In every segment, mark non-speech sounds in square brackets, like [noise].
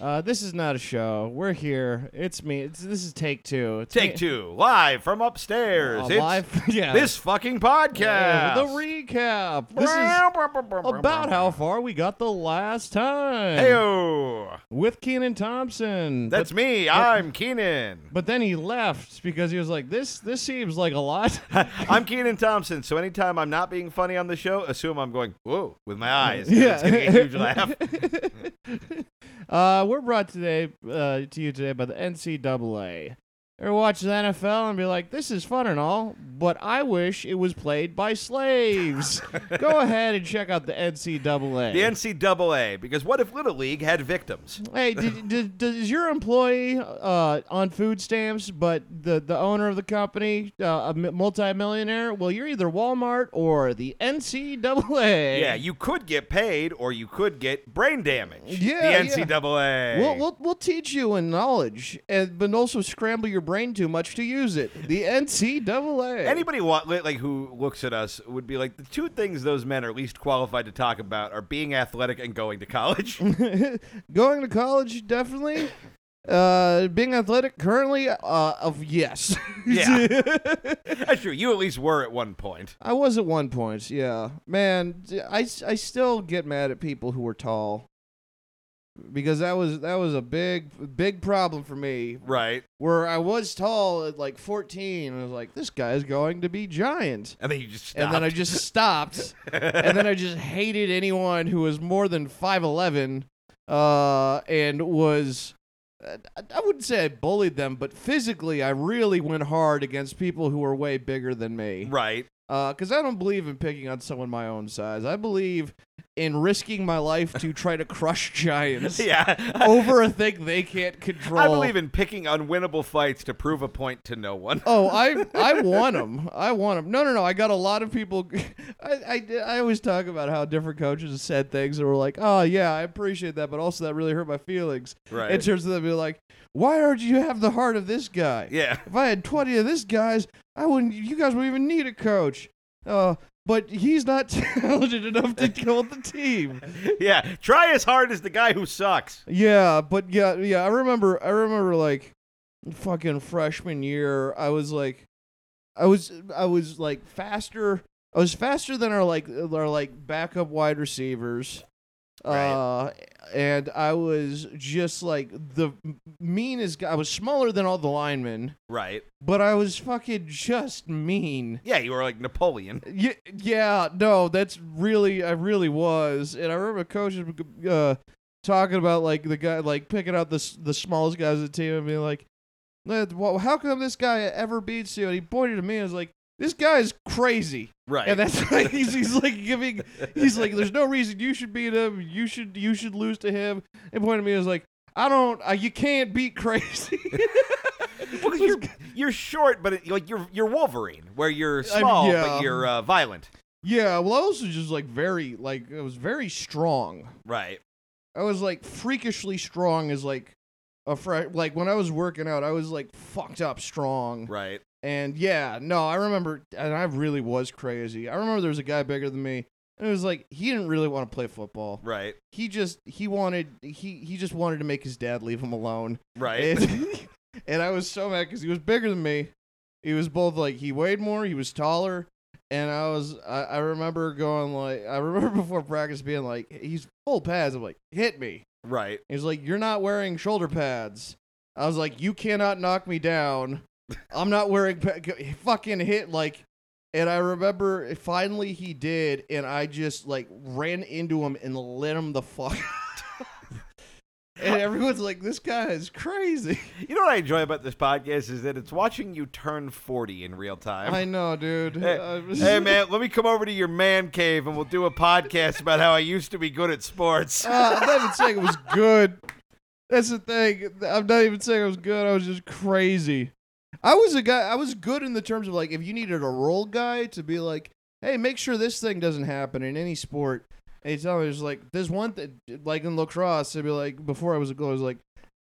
Uh, This is not a show. We're here. It's me. It's, this is take two. It's Take me- two, live from upstairs. Uh, it's live- [laughs] yeah. this fucking podcast. Yeah, the recap. This is [laughs] about how far we got the last time Heyo, with Keenan Thompson. oh. that's but, me. I'm Keenan. but then he left because he was like, "This this seems like a [laughs] lot." I'm Keenan Thompson. So anytime I'm not being funny on the show, assume I'm going whoa with my eyes. Yeah. It's getting a [laughs] huge laugh. uh, we're brought today uh, to you today by the NCAA. Or watch the NFL and be like, "This is fun and all, but I wish it was played by [laughs] slaves." Go ahead and check out the NCAA. The NCAA, because what if Little League had victims? Hey, did, did, does your employee uh, on food stamps, but the, the owner of the company, uh, a mi- multimillionaire? Well, you're either Walmart or the NCAA. Yeah, you could get paid, or you could get brain damage. Yeah, the yeah. NCAA. We'll, we'll, we'll teach you in knowledge, and, but also scramble your brain too much to use it. The NCAA. Anybody wa- li- like who looks at us would be like the two things those men are least qualified to talk about are being athletic and going [laughs] to college. Going to college, definitely. Uh, being athletic currently, uh, of yes. [laughs] yeah, [laughs] that's true. You at least were at one point. I was at one point, yeah. Man, d- I, s- I still get mad at people who were tall. Because that was that was a big big problem for me. Right, Where I was tall at like 14 and I was like this guy's going to be giant. and then you just And then I stopped. just stopped. and then I just hated anyone who was more than 5'11 uh and was I I wouldn't say I bullied them, but physically I really went hard against people who were way bigger than me [laughs] right. because I don't believe in picking on someone my own size. I believe in risking my life to try to crush giants [laughs] Yeah, over a thing they can't control. I believe in picking unwinnable fights to prove a point to no one. Oh, I I want them. I want them. No, no, no. I got a lot of people. [laughs] I, I, I always talk about how different coaches said things that were like, oh, yeah, I appreciate that, but also that really hurt my feelings. Right. In terms of them being like, why don't you have the heart of this guy? yeah, [laughs] If I had 20 of this guys, I wouldn't. You guys wouldn't even need a coach. Uh, but he's not [laughs] talented enough to kill the team. yeah. Try as hard as the guy who sucks. Yeah, but yeah, yeah. I remember. I remember like fucking freshman year. I was like, I was, I was like faster. I was faster than our like our like backup wide receivers. Uh, and I was just like the meanest guy. I was smaller than all the linemen, Right. but I was fucking just mean. Yeah, you were like Napoleon. Yeah, yeah, no, that's really, I really was, and I remember coaches uh, talking about like the guy, like picking out the s- the smallest guys on the team and being like, "Eh, well, "How come this guy ever beats you?" And he pointed at me and was like, "This guy is crazy," Right. and that's [laughs] like he's, he's like giving, he's like, "There's no reason you should beat him. You should you should lose to him." And pointed at me and was like, "I don't, uh, you can't beat [laughs] crazy." Well, 'cause you're, you're short, but it, like you're you're Wolverine, where you're small yeah. but you're uh, violent. yeah, well, I was just like very, like I was very strong. Right. I was like freakishly strong as like a fr- like when I was working out, I was like fucked up strong. Right. And yeah, no, I remember and I really was crazy. I remember there was a guy bigger than me. And it was like he didn't really want to play football. Right. He just he wanted he he just wanted to make his dad leave him alone. Right. And, [laughs] and I was so mad cuz he was bigger than me. He was both like he weighed more, he was taller, and I was I, I remember going like I remember [laughs] before practice being like he's full pads. I'm like, "Hit me." [laughs] right. He's like, "You're not wearing shoulder pads." I was like, "You cannot knock me down. I'm not wearing pa- g- fucking hit like." And I remember finally he did, and I just like ran into him and lit him the fuck. [laughs] out. and everyone's like, "This guy is crazy." You know what I enjoy about this podcast is that it's watching you turn forty in real time. I know, dude. Hey, [laughs] hey man, let me come over to your man cave and we'll do a podcast about how I used to be good at sports. Uh, I'm not even saying it was good. That's the thing. I'm not even saying it was good. I was just crazy. I was a guy. I was good in the terms of like if you needed a role guy to be like, hey, make sure this thing doesn't happen in any sport. And he's always like, there's one thing, like in lacrosse, it'd be like before I was a goal, I was like,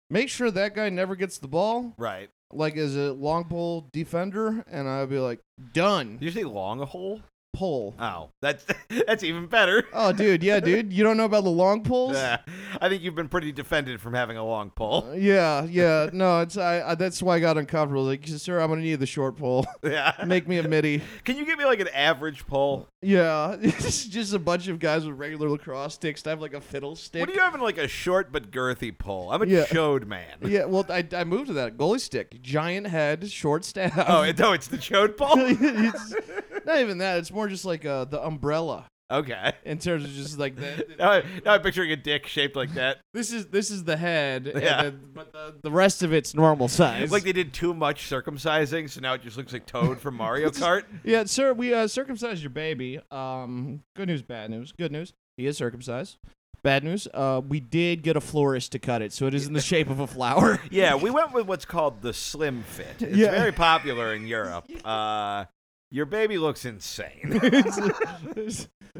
make sure that guy never gets the ball, Right. like as a long pole defender, and I'd be like, done. Did you say long hole? pole. Oh, that's [laughs] that's even better. Oh, dude, yeah, dude. You don't know about the long poles? Yeah. I think you've been pretty defended from having a long pole. Yeah, yeah. No, it's I, I. That's why I got uncomfortable. Like, sir, I'm gonna need the short pole. [laughs] [laughs] Yeah. Make me a midi. Can you give me like an average pole? Yeah, [laughs] it's just a bunch of guys with regular lacrosse sticks. I have like a fiddle stick. What are you having like a short but girthy pole? I'm a Yeah. chode man. yeah, well, I, I moved to that goalie stick, giant head, short staff. [laughs] Oh, it, no, it's the chode pole. it's [laughs] not even that. It's more just like uh, the umbrella [laughs] Okay. in terms of just like the, Now, I, now I'm picturing a dick shaped like that. this is this is the head, and Yeah. then- but the, the rest of it's normal size. It's like they did too much circumcising, so now it just looks like Toad from Mario Kart. yeah, sir, we uh, circumcised your baby. Um, good news, bad news. Good news, he is circumcised. Bad news, uh, we did get a florist to cut it, so it is in the shape of a flower. [laughs] Yeah, we went with what's called the slim fit. It's Yeah. very popular [laughs] in Europe. Uh, your baby looks insane.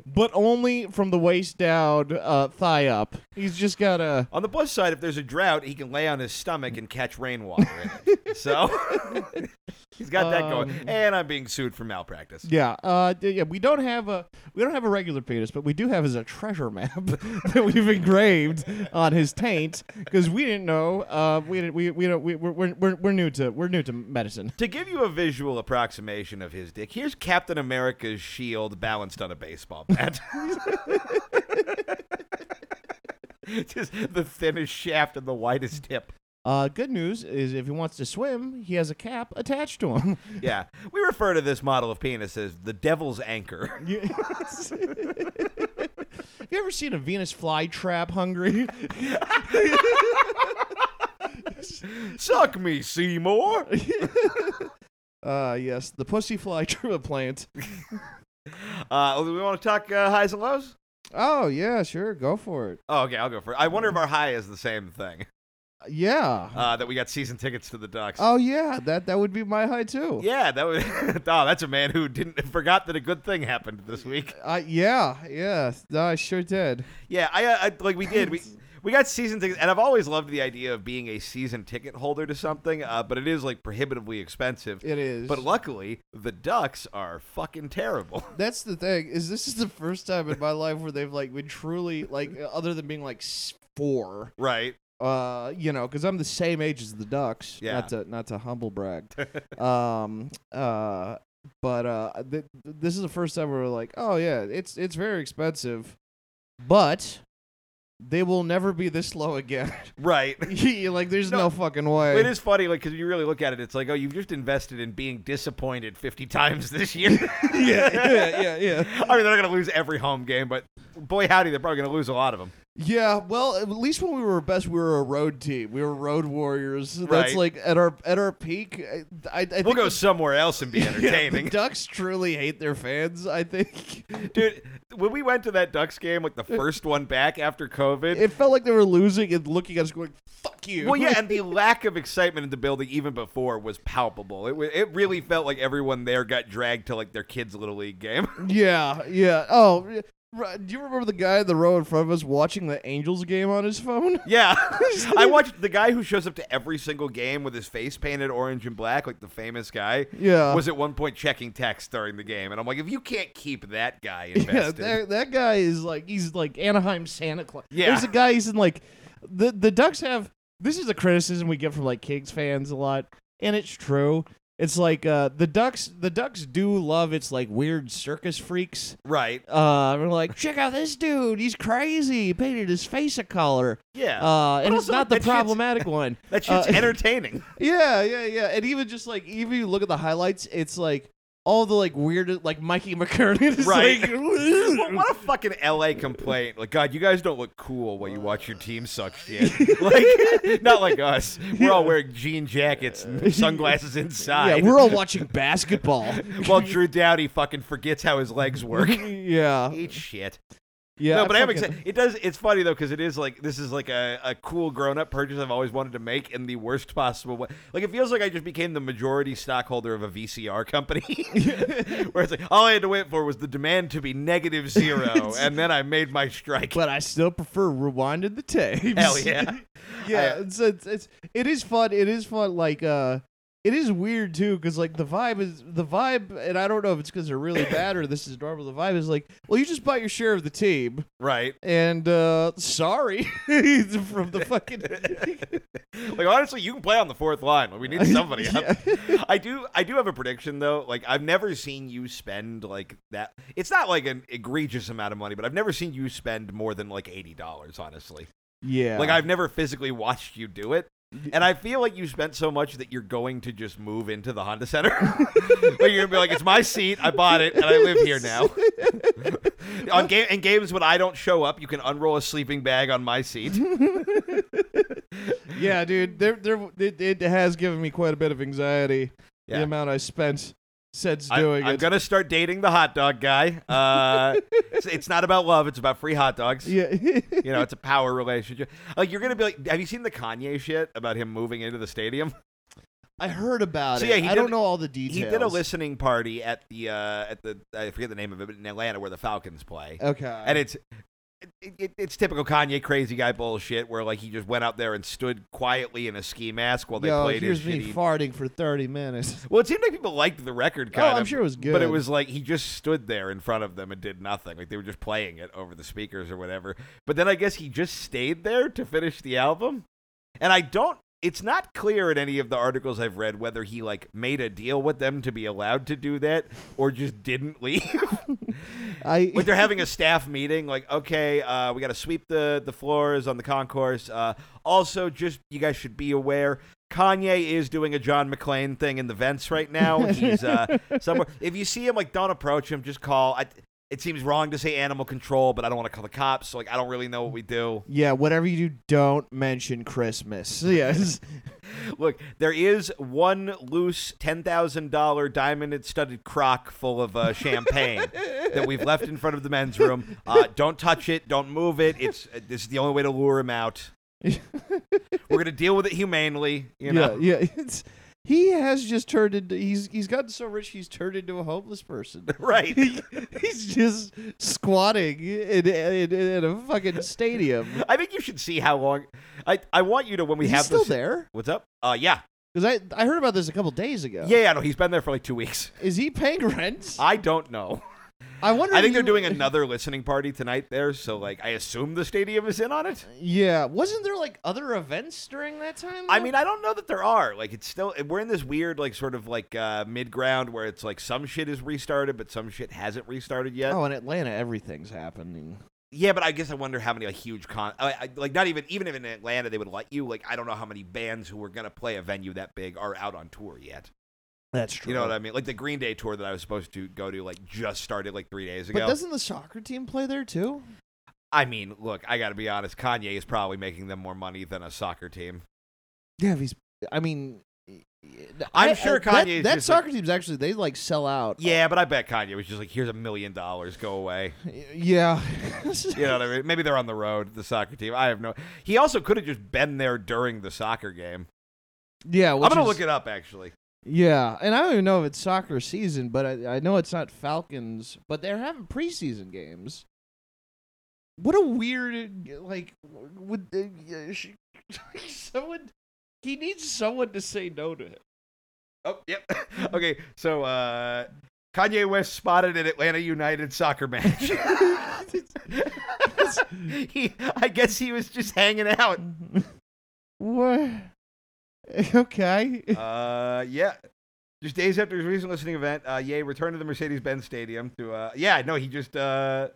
but only from the waist down, uh, thigh up. He's just got a. on the plus side, if there's a drought, he can lay on his stomach and catch rainwater in it. So [laughs] he's got that going. Um, And I'm being sued for malpractice. Yeah, uh, d- yeah. We don't have a we don't have a regular penis, but we do have is a treasure map [laughs] that we've engraved on his taint because we didn't know. Uh, we didn't. We we don't. We, we're, we're we're we're new to we're new to medicine. To give you a visual approximation of his dick, here's Captain America's shield balanced on a baseball bat. [laughs] Just the thinnest shaft and the widest tip. Uh, good news is if he wants to swim, he has a cap attached to him. [laughs] Yeah. We refer to this model of penis as the devil's anchor. You- Have you ever seen a Venus flytrap hungry? [laughs] [laughs] Suck me, [laughs] Seymour. Uh, yes, the pussy fly trip [laughs] plant. Uh, we want to talk uh, highs and lows? Oh yeah, sure, go for it. Oh, okay, I'll go for it. I wonder if our high is the same thing. Yeah. Uh, that we got season tickets to the Ducks. oh yeah, that that would be my high too. Yeah, that was. [laughs] oh, that's a man who didn't forgot that a good thing happened this week. Uh, yeah, yeah, no, I sure did. Yeah, I, uh, I like we did. We we got season tickets, and I've always loved the idea of being a season ticket holder to something. Uh, but it is like prohibitively expensive. It is. But luckily, the Ducks are fucking terrible. [laughs] that's the thing is this is the first time in my life where they've like been truly like uh, other than being like s- four, [laughs] right? uh, you know, because I'm the same age as the Ducks. Yeah. Not to not to humble brag. um. Uh. But uh, th- this is the first time where we're like, oh yeah, it's it's very expensive, but they will never be this low again. [laughs] Right. You're like there's no, No, fucking way. It is funny, like, because you really look at it, it's like, oh, you've just invested in being disappointed 50 times this year. [laughs] [laughs] yeah, yeah, yeah, yeah. I mean, they're going to lose every home game, but boy, howdy, they're probably going to lose a lot of them. Yeah, well, at least when we were best, we were a road team. We were road warriors. That's Right. like at our at our peak. I, I, I think [laughs] We'll go the- somewhere else and be yeah, [laughs] the [laughs] entertaining. Ducks truly hate their fans. I think [laughs] Dude, when we went to that Ducks game, like the first one back after COVID. it felt like they were losing and looking at us going, "Fuck you." well, [laughs] yeah, and the lack of excitement in the building even before was palpable. It, wa- it really felt like everyone there got dragged to like their kids' little league game. [laughs] yeah, yeah. Oh, re- re- do you remember the guy in the row in front of us watching the Angels game on his phone? Yeah. [laughs] I watched the guy who shows up to every single game with his face painted orange and black, like the famous guy, Yeah, was at one point checking text during the game. And I'm like, if you can't keep that guy [laughs] yeah. invested. That, that guy is like he's like Anaheim Santa Claus. Yeah. There's a guy he's in like the the Ducks have this is a criticism we get from like Kings fans a lot, and it's true. It's like uh, the Ducks the Ducks do love its like weird circus freaks. right. Uh, we're like, check out this dude. He's crazy. He painted his face a color. Yeah. Uh, and But it's also, not the that shit's- problematic one. that shit's uh, [laughs] entertaining. Yeah, yeah, yeah. And even just like even you look at the highlights, it's like all the like weird like Mikey McCurdy is [laughs] Right. like What, what a fucking LA complaint. Like, God, you guys don't look cool while you watch your team suck [laughs] shit. like, not like us. We're all wearing jean jackets and sunglasses Yeah, inside. we're all watching basketball. while Drew Dowdy fucking forgets how his legs work. [laughs] yeah. Eat shit. Yeah. no, but I am fucking- excited. It does. It's funny though because it is like this is like a, a cool grown up purchase I've always wanted to make in the worst possible way. Like it feels like I just became the majority stockholder of a VCR company, [laughs] where it's like all I had to wait for was the demand to be [laughs] negative zero, and then I made my strike. But I still prefer rewinded the tapes. [laughs] [laughs] Hell yeah! yeah, it's, it's, it's it is fun. It is fun. Like uh, it is weird too because like the vibe is the vibe, and I don't know if it's because they're [coughs] really bad or this is normal. The vibe is like, well, you just bought your share of the team, Right. and uh sorry [laughs] from the fucking. like honestly, you can play on the fourth line. Like, we need somebody. Yeah. I do. I do have a prediction though. Like I've never seen you spend like that. It's not like an egregious amount of money, but I've never seen you spend more than like eighty dollars. Honestly, yeah, like I've never physically watched you do it. And I feel like you spent so much that you're going to just move into the Honda Center. [laughs] like you're gonna be like, it's my seat. I bought it, and I live [laughs] here now. on game in games when I don't show up, you can unroll a sleeping bag on my seat. yeah, dude. There, there. It, it has given me quite a bit of anxiety. Yeah. The amount I spent since I, doing am it. gonna start dating the hot dog guy. Uh, it's, it's not about love; it's about free hot dogs. [laughs] yeah. You know, it's a power relationship. Like you're gonna be like, have you seen the Kanye shit about him moving into [laughs] the stadium? I heard about So, it. yeah, he I did- don't know all the details. He did a listening party at the uh, at the I forget the name of it, but in Atlanta where the Falcons play, Okay. and it's. It, it, it's typical Kanye crazy guy bullshit where like he just went out there and stood quietly in a ski mask while they Yo, played here's his me shitty- farting for 30 [laughs] minutes. Well, it seemed like people liked the record Oh, kind I'm of, sure it was good. But it was like he just stood there in front of them and did nothing. Like they were just playing it over the speakers or whatever. But then I guess he just stayed there to finish the album. And I don't it's not clear in any of the articles I've read whether he like made a deal with them to be allowed to do that or just didn't leave. I like they're having a staff meeting like okay, uh, we got to sweep the the floors on the concourse. Uh, also just you guys should be aware Kanye is doing a John McClane thing in the vents right now. He's uh somewhere. If you see him, like, don't approach him. Just call. I, it seems wrong to say animal control, but I don't want to call the cops. So, like, I don't really know what we do. [laughs] yeah, whatever you do, don't mention Christmas. [laughs] Yes. Look, there is one loose ten thousand dollar diamond studded crock full of uh, champagne that [laughs] we've left in front of the men's room. Uh, don't touch it. Don't move it. It's uh, this is the only way to lure him out. We're gonna deal with it humanely. You know. Yeah, [laughs] yeah. It's, he has just turned into he's he's gotten so rich he's turned into a homeless person. [laughs] Right. he's just squatting in, in, in a fucking stadium. I think you should see how long. I I want you to when [laughs] we he's have still this. there What's up? Uh, yeah, because I I heard about this a couple days ago. yeah, yeah. No, he's been there for like two weeks. Is he paying rent? I don't know. I wonder. I if think they're you- doing another listening party tonight there, so like I assume the stadium is in on it. [laughs] Yeah, wasn't there like other events during that time? I though? mean, I don't know that there are. Like it's still we're in this weird like sort of like uh mid ground where it's like some shit is restarted but some shit hasn't restarted yet. oh, in Atlanta, everything's happening. Yeah, but I guess I wonder how many like huge con I, I, like not even even if in Atlanta they would let you like I don't know how many bands who were going to play a venue that big are out on tour yet. That's true. You know what I mean? Like the Green Day tour that I was supposed to go to like just started like 3 days ago. But doesn't the soccer team play there too? I mean, look, I got to be honest, Kanye is probably making them more money than a soccer team. Oh. Yeah, if he's. I mean, I'm sure that- Kanye's That, just soccer team's actually they like sell out. Yeah, but I bet Kanye was just like, "Here's a million dollars, go away." [laughs] [laughs] yeah. You know what I mean? Maybe they're on the road, the soccer team. I have no. He also could have just been there during the soccer game. [laughs] yeah. I'm gonna look it up actually. Yeah, and I don't even know if it's soccer season, but I, I know it's not Falcons. But they're having preseason games. What a weird like would uh, sh- [laughs] someone. He needs someone to say no to him. Oh, yep. [laughs] okay, so uh, Kanye West spotted an Atlanta United soccer match. [laughs] he, I guess he was just hanging out. [laughs] what? [laughs] Okay. [laughs] Uh, yeah. Just days after his recent listening event, uh, Ye returned to the Mercedes-Benz Stadium to. Uh, yeah, no, he just. Uh,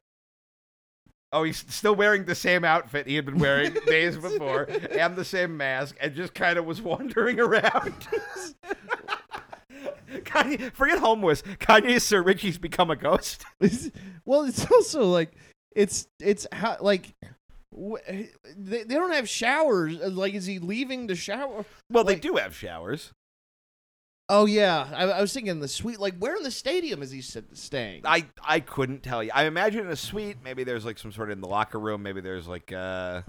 oh, he's still wearing the same outfit he had been wearing days before, and the same mask, and just kind of was wandering [laughs] around. Kanye, forget homeless. Kanye Sir Richie's become a ghost. It's- well, it's [laughs] also like it's it's how like wh- they they don't have showers. Uh, Like, is he leaving to shower? Well, they they do have showers. Oh yeah, I, I was thinking the suite. Like, where in the stadium is he sit- staying? I I couldn't tell you. I imagine in a suite, maybe there's like some sort of in the locker room. Maybe there's like. Uh,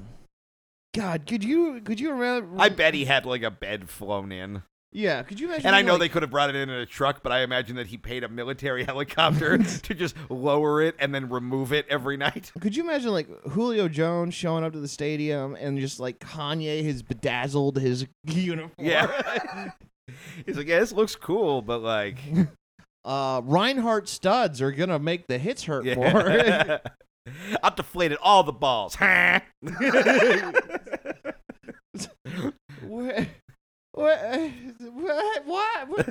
God, could you could you remember? I bet he had like a bed flown in. Yeah, could you imagine? And I being know they like, could have brought it in in a truck, but I imagine that he paid a military [laughs] helicopter to just lower it and then remove it every night. [laughs] Could you imagine like Julio Jones showing up to the stadium and just like Kanye, his bedazzled his [laughs] uniform? Yeah. [laughs] He's like, yeah, this looks cool, but like, [laughs] Uh, Reinhardt studs are gonna make the hits hurt more. yeah. [laughs] I've deflated all the balls. [laughs] Huh? what? What? What? what?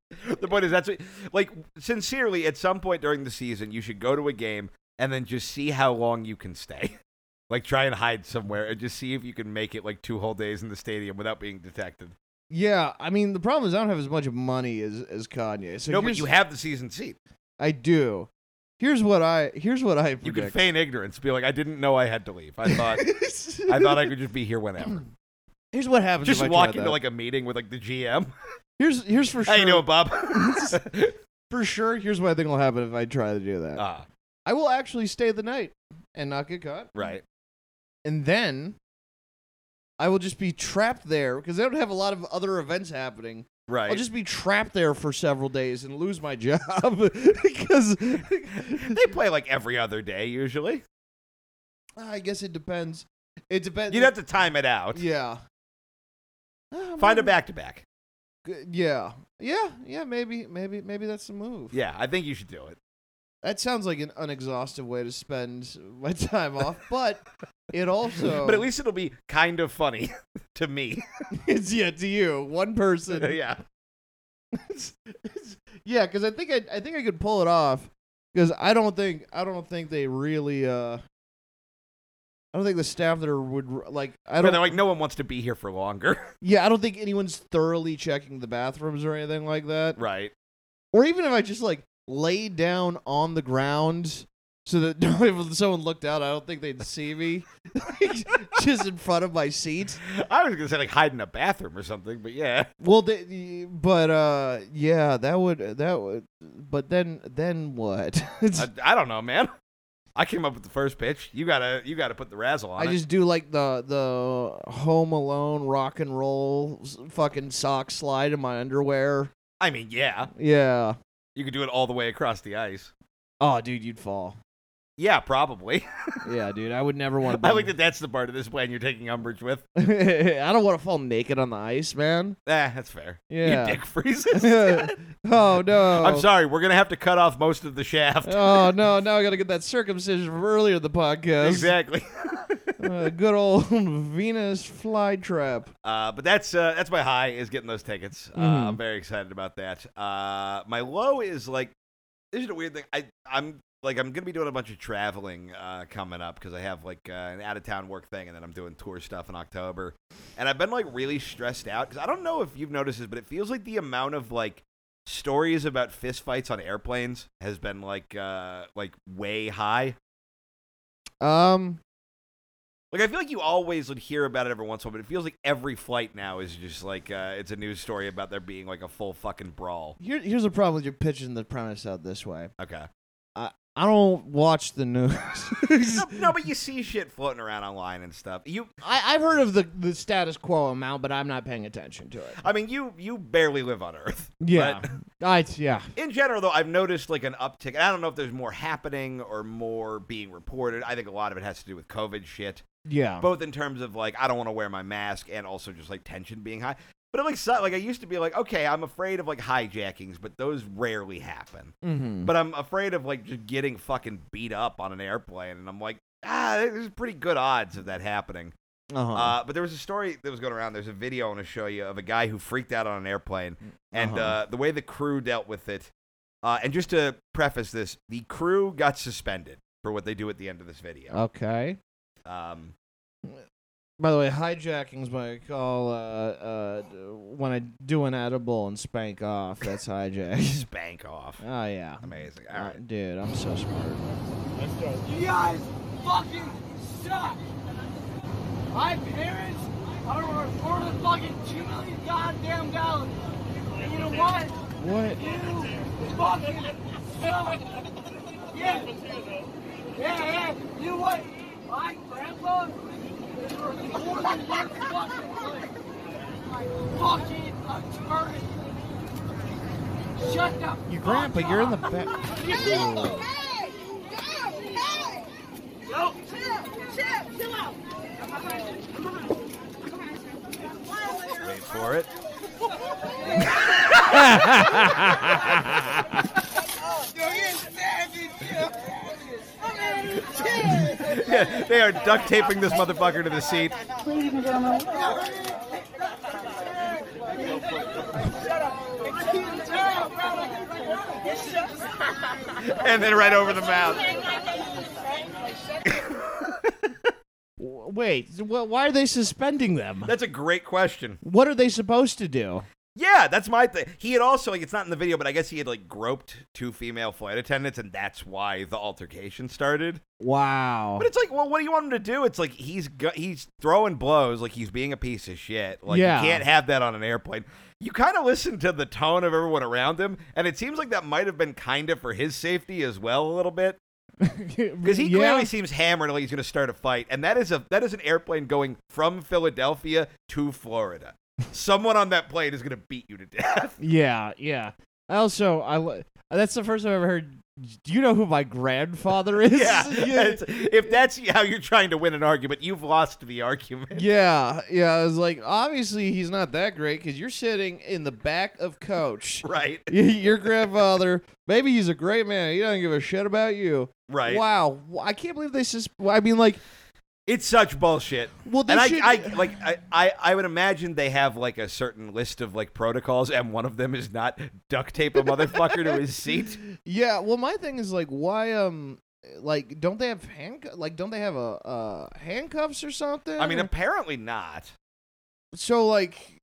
[laughs] the point is that's what, like sincerely at some point during the season you should go to a game and then just see how long you can stay [laughs] like try and hide somewhere and just see if you can make it like two whole days in the stadium without being detected [laughs] Yeah, I mean the problem is I don't have as much money as as Kanye. So no but here's- you have the season seat I do. Here's what I here's what I you can predict. feign ignorance be like i didn't know i had to leave i [laughs] thought i thought i could just be [clears throat] here whenever here's what happens. just if I walk tried into that. like a meeting with like the gm here's here's for [laughs] how sure. you [laughs] doing bob [laughs] For sure, here's what I think will happen if I try to do that. ah I will actually stay the night and not get caught. right and then I will just be trapped there because they don't have a lot of other events happening. right I'll just be trapped there for several days and lose my [laughs] job because [laughs] they play like every other day usually [laughs] I guess it depends. It depends. you'd have to time it [laughs] out yeah. Ah, find a maybe- back to back Yeah, yeah, yeah. Maybe, maybe, maybe that's the move. yeah i think you should do it That sounds like an unexhaustive way to spend my [laughs] time off, but it also. [laughs] But at least it'll be kind of funny [laughs] to me. it's yeah to you, one person. [laughs] yeah. yeah, because I think I, I think I could pull it off. Because I don't think I don't think they really. uh I don't think the staff there would r- like. I But don't. they're like, no one wants to be here for longer. [laughs] yeah, I don't think anyone's thoroughly checking the bathrooms or anything like that. right. Or even if I just like lay down on the ground so that [laughs] if someone looked out, I don't think they'd see me. [laughs] Like, just in front of my seat. I was gonna say like hide in a bathroom or something, but yeah. Well, they, but uh, yeah, that would that would. But then then what? [laughs] It's- I, I don't know, man. I came up with the first pitch. You gotta you gotta put the razzle on I it. just do like the the Home Alone rock and roll s- fucking sock slide in my underwear. I mean, yeah. Yeah. You could do it all the way across the ice. Oh, dude, you'd fall. [laughs] Yeah, probably. Yeah, dude, I would never want to. [laughs] I like that that's the part of this plan you're taking umbrage with. I don't want to fall naked on the ice, man. Ah, that's fair. Yeah. [laughs] Your dick freezes. oh no. I'm sorry, we're gonna have to cut off most of the shaft. [laughs] Oh no! Now I gotta get that circumcision from earlier in the podcast. [laughs] exactly. Uh, good old [laughs] Venus flytrap. Uh, but that's uh, that's my high is getting those tickets. Uh, Mhm. I'm very excited about that. Uh, my low is like this is a weird thing. I I'm like I'm gonna be doing a bunch of traveling uh, coming up because I have like uh, an out of town work thing, and then I'm doing tour stuff in October. And I've been like really stressed out because I don't know if you've noticed this, but it feels like the amount of like stories about fist fights on airplanes has been like uh, like way high. Um, Like I feel like you always would hear about it every once in a while, but it feels like every flight now is just like uh, it's a news story about there being like a full fucking brawl. here, here's a problem with your pitching the premise out this way. Okay. I don't watch the news. [laughs] No, no, but you see shit floating around online and stuff. You, I, I've heard of the, the status quo amount, but I'm not paying attention to it. I mean, you you barely live on Earth. Yeah, I yeah. In general, though, I've noticed like an uptick. And I don't know if there's more happening or more being reported. I think a lot of it has to do with COVID shit. Yeah. both in terms of like I don't want to wear my mask and also just like tension being high. But it like su- like I used to be like okay, I'm afraid of like hijackings, but those rarely happen. Mhm. But I'm afraid of like just getting fucking beat up on an airplane, and I'm like ah, there's pretty good odds of that happening. Uh-huh. Uh, but there was a story that was going around. There's a video I want to show you of a guy who freaked out on an airplane, and Uh-huh. uh the way the crew dealt with it. Uh, and just to preface this, the crew got suspended for what they do at the end of this video. okay. Um, By the way, hijacking's what I call uh, uh, d- when I do an edible and spank off. That's hijack. spank off. [laughs] oh yeah. Amazing. All right. Dude, I'm so smart. You guys fucking suck. My parents are worth four to fucking two million goddamn dollars. And you know what? What? You fucking suck. Yeah. Yeah, yeah. You know what? My grandpa is worth more than your fucking life. My fucking eternity. Shut the Your fuck grandpa, up. you're in the back. Hey! Hey! Hey! Nope. Chill, chill, chill out. Wait for it. Yeah, [laughs] they are duct taping this motherfucker to the seat. [laughs] Ladies and gentlemen, And then right over the mouth. W- Wait, wh- why are they suspending them? That's a great question. What are they supposed to do? Yeah, that's my thing. He had also, like, it's not in the video, but I guess he had, like, groped two female flight attendants, and that's why the altercation started. Wow. But it's like, well, what do you want him to do? It's like he's go- he's throwing blows, like he's being a piece of shit. Like Yeah. you can't have that on an airplane. You kind of listen to the tone of everyone around him, and it seems like that might have been kind of for his safety as well, a little bit, [laughs] because he clearly seems hammered, like he's going to start a fight, and that is a that is an airplane going from Philadelphia to Florida. Someone on that plane is going to beat you to death. [laughs] Yeah, yeah. I also, I li- that's the first time I've ever heard. Do you know who my grandfather is? [laughs] yeah, It's- if that's how you're trying to win an argument, you've lost the argument. [laughs] yeah, yeah. I was like, obviously he's not that great because you're sitting in the back of coach. Right, [laughs] Y- Your grandfather, maybe he's a great man. He doesn't give a shit about you. right. Wow, w- I can't believe they sus. I mean, like, It's such bullshit. well, they and I, should. I [laughs] like I, I, I would imagine they have like a certain list of like protocols, and one of them is not duct tape a motherfucker to his seat. yeah. Well, my thing is like, why um. Like, don't they have handcuff? Like, don't they have a uh, handcuffs or something? I mean, apparently not. so like,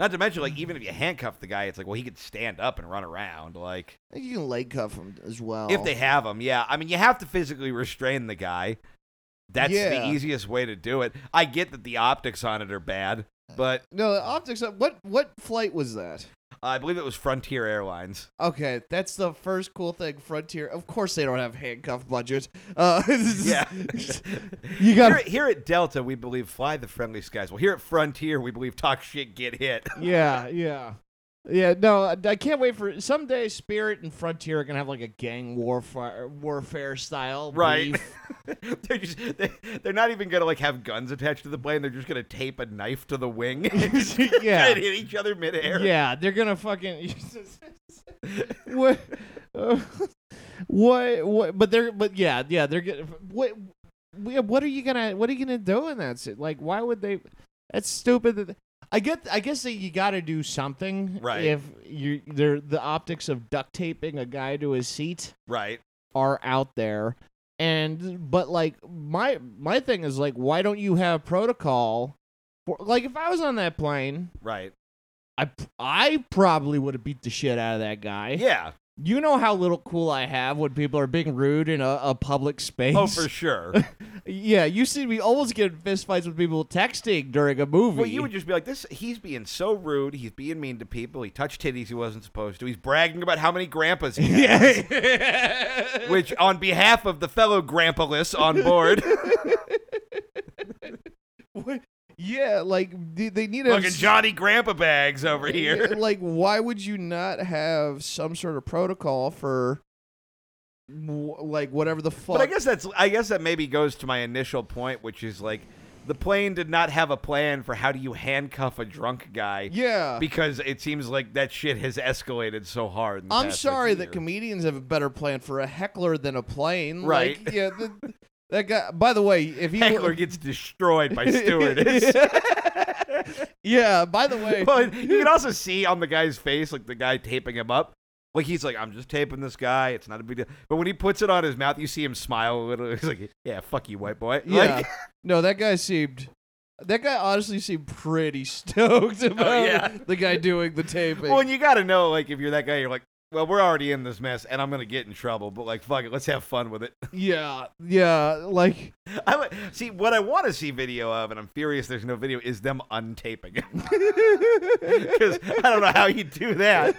Not to mention, like even if you handcuff the guy, it's like well he could stand up and run around. Like I think You can leg cuff him as well. if they have him, yeah. I mean, you have to physically restrain the guy. That's Yeah. the easiest way to do it. I get that the optics on it are bad, but no the optics. Up, what what flight was that? I believe it was Frontier Airlines. Okay, that's the first cool thing. Frontier. Of course, they don't have handcuff budget. Uh, [laughs] Yeah. [laughs] You got- [laughs] here, at- here at Delta, we believe fly the friendly skies. Well, here at Frontier, we believe talk shit, get hit. [laughs] yeah, yeah, yeah. No, I- I can't wait for someday. Spirit and Frontier are gonna have like a gang warfare warfare style. Right. beef. [laughs] they're just they, they're not even gonna like have guns attached to the plane. They're just gonna tape a knife to the [laughs] wing and just [laughs] Yeah. try and hit each other midair. Yeah, they're gonna fucking. [laughs] what? uh, what? What? But they're. But yeah, yeah, they're gonna. What? we- What are you gonna? What are you gonna do in that? sit- Like, why would they? That's stupid. That I get. I guess that you got to do something, Right. If you, they're the optics of duct taping a guy to his seat Right. are out there and but like my my thing is like why don't you have protocol for like if i was on that plane Right. I I probably would have beat the shit out of that guy. Yeah. You know how little cool I have when people are being rude in a, a public space. Oh, for sure. [laughs] Yeah, you see me almost get in fist fights with people texting during a movie. well, [laughs] you would just be like, "This. He's being so rude. He's being mean to people. He touched titties he wasn't supposed to. He's bragging about how many grandpas he has." [laughs] yeah. [laughs] [laughs] Which, on behalf of the fellow grandpaless on board, yeah, like they, they need to have fucking Johnny Grandpa bags over here. [laughs] Like, why would you not have some sort of protocol for, wh- like, whatever the fuck? But I guess that's I guess that maybe goes to my initial point, which is like the plane did not have a plan for how do you handcuff a drunk guy yeah. [laughs] because it seems like that shit has escalated so hard. in the I'm past, like, sorry that year. comedians have a better plan for a heckler than a plane. Right. Like, yeah. The, that guy. By the way, if he [laughs] heckler were, [laughs] gets destroyed by stewardess. yeah. By the way. well, you can also see on the guy's face, like the guy taping him up. Like he's like, I'm just taping this guy. It's not a big deal. But when he puts it on his mouth, you see him smile a little. [laughs] He's like, Yeah, fuck you, white boy. yeah. Like, no, that guy seemed. That guy honestly seemed pretty [laughs] stoked about Oh, yeah. the guy doing the taping. Well, and you got to know, like, if you're that guy, you're like, well, we're already in this mess, and I'm gonna get in trouble. But like, fuck it, let's have fun with it. [laughs] [laughs] yeah, yeah, like [laughs] I would- see what I want to see video of, and I'm furious there's no video. Is them untaping it [laughs] because I don't know how you do that.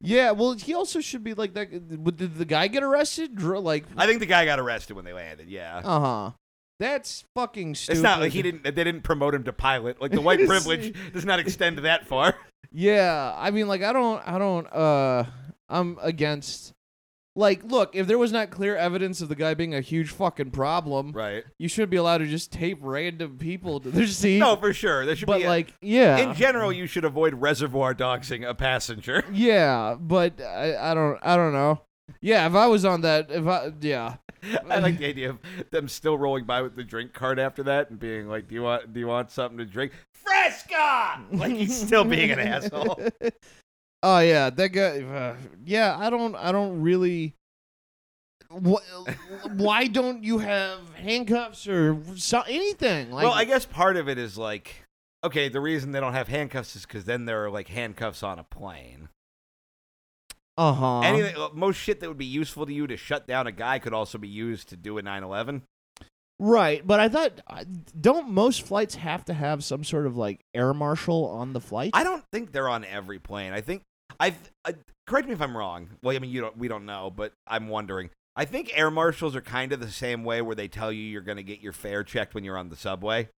yeah. Well, he also should be like that. Did the guy get arrested? Dr- Like, I think the guy got arrested when they landed. Yeah, uh huh. That's fucking stupid. it's not like he didn't. They didn't promote him to pilot. Like [laughs] the white privilege does not extend to that far. Yeah, I mean, like, I don't, I don't, uh, I'm against Like, look, if there was not clear evidence of the guy being a huge fucking problem, Right. you should be allowed to just tape random people to their seat. [laughs] No, for sure. There should but be a- like, yeah, in general, you should avoid reservoir doxing a passenger. yeah, but I, I don't, I don't know. Yeah, if I was on that, if I, yeah, I like the idea of them still rolling by with the drink cart after that and being like, "Do you want? Do you want something to drink?" Fresca. Like he's still [laughs] being an asshole. oh yeah, that guy, uh, yeah, I don't, I don't really. What, why don't you have handcuffs or so, anything? Like, well, I guess part of it is like, okay, the reason they don't have handcuffs is because then there are like handcuffs on a plane. uh huh. Anything, most shit that would be useful to you to shut down a guy could also be used to do a 9/11. Right, but I thought, I- don't most flights have to have some sort of like air marshal on the flight? I don't think they're on every plane. I think I, I correct me if I'm wrong. Well, I mean you don't we don't know, but I'm wondering. I think air marshals are kind of the same way where they tell you you're going to get your fare checked when you're on the subway.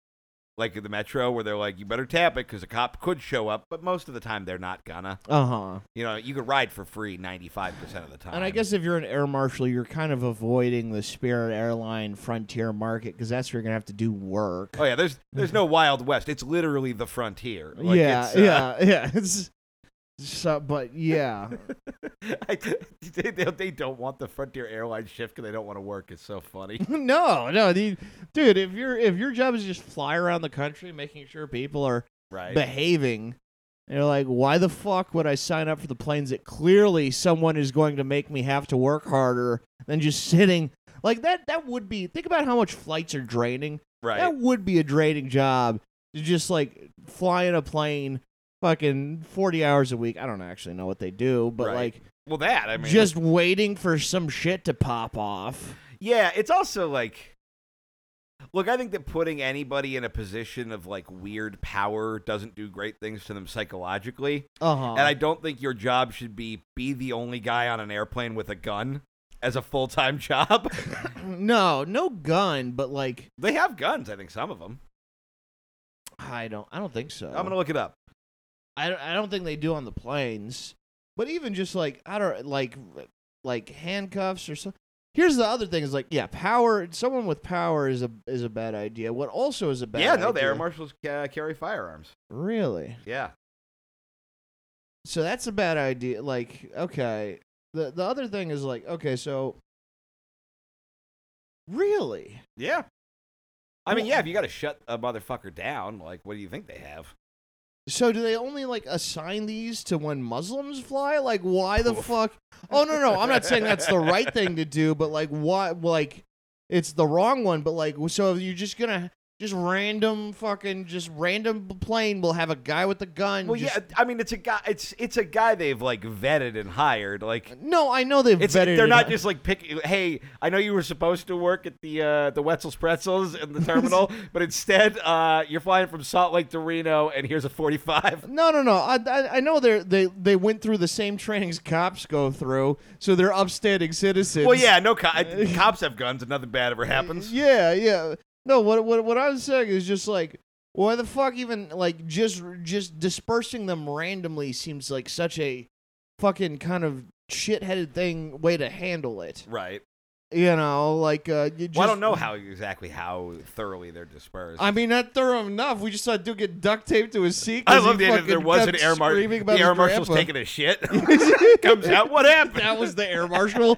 Like in the metro where they're like you better tap it cuz a cop could show up, but most of the time they're not gonna. Uh huh. You know, you could ride for free 95% of the time. And I guess if you're an air marshal, you're kind of avoiding the Spirit Airline frontier market because that's where you're gonna have to do work. Oh yeah, there's there's no Wild West. It's literally the frontier. Like, yeah, it's, uh, yeah, [laughs] yeah. It's [laughs] so, but [laughs] yeah, I, they, they- they don't want the Frontier Airlines shift because they don't want to work. It's so funny. [laughs] no, no, the, dude. If your if your job is just fly around the country making sure people are Right. behaving. And you're like, why the fuck would I sign up for the planes that clearly someone is going to make me have to work harder than just sitting? Like that that would be think about how much flights are draining. right. That would be a draining job to just like fly in a plane fucking 40 hours a week. I don't actually know what they do, but Right. like Well, that I mean, just waiting for some shit to pop off. yeah. It's also like, look, I think that putting anybody in a position of like weird power doesn't do great things to them psychologically, Uh-huh. and I don't think your job should be be the only guy on an airplane with a gun as a full [laughs] time [laughs] job. no, no gun, but like they have guns, I think some of them. I don't I don't think so. I'm gonna look it up. I don't, I don't think they do on the planes. But even just like I don't like like handcuffs or something. Here's the other thing: is like yeah, power. Someone with power is a is a bad idea. What also is a bad yeah, no, the idea- air marshals uh, carry firearms. really. Yeah, So that's a bad idea. Like okay, the the other thing is like okay, so really, yeah. I mean, Well- yeah, if you got to shut a motherfucker down, like, what do you think they have? so do they only like assign these to when Muslims fly? Like why the fuck? Oh no no, I'm not saying that's the right thing to do, but like why? Like it's the wrong one, but like so you're just gonna just random fucking just random plane will have a guy with a gun. Well, just- yeah, I mean, it's a guy. It's it's a guy they've like vetted and hired. Like, No, I know they've it's vetted. they're it not out. just like pick. Hey, I know you were supposed to work at the uh, the Wetzel's Pretzels in the [laughs] terminal, but instead, uh, you're flying from Salt Lake to Reno, and here's [laughs] a 45. No, no, no. I, I, I know they they they went through the same [laughs] trainings cops go through, so they're upstanding citizens. Well, yeah, no, co- [laughs] I- cops have guns, and nothing bad ever happens. Yeah, yeah. No, what what what I'm saying is just like why the fuck even like just just dispersing them randomly seems like such a fucking kind of shitheaded thing way to handle it. Right. You know, like uh you just, well, I don't know how exactly how thoroughly they're dispersed. I mean, not thorough enough. We just saw dude get duct taped to his seat. I 'cause love he the idea that there fucking was an kept air marshal. screaming about The his air marshal's grandpa. taking a shit. [laughs] Comes out. What happened? [laughs] [laughs] That was the air marshal.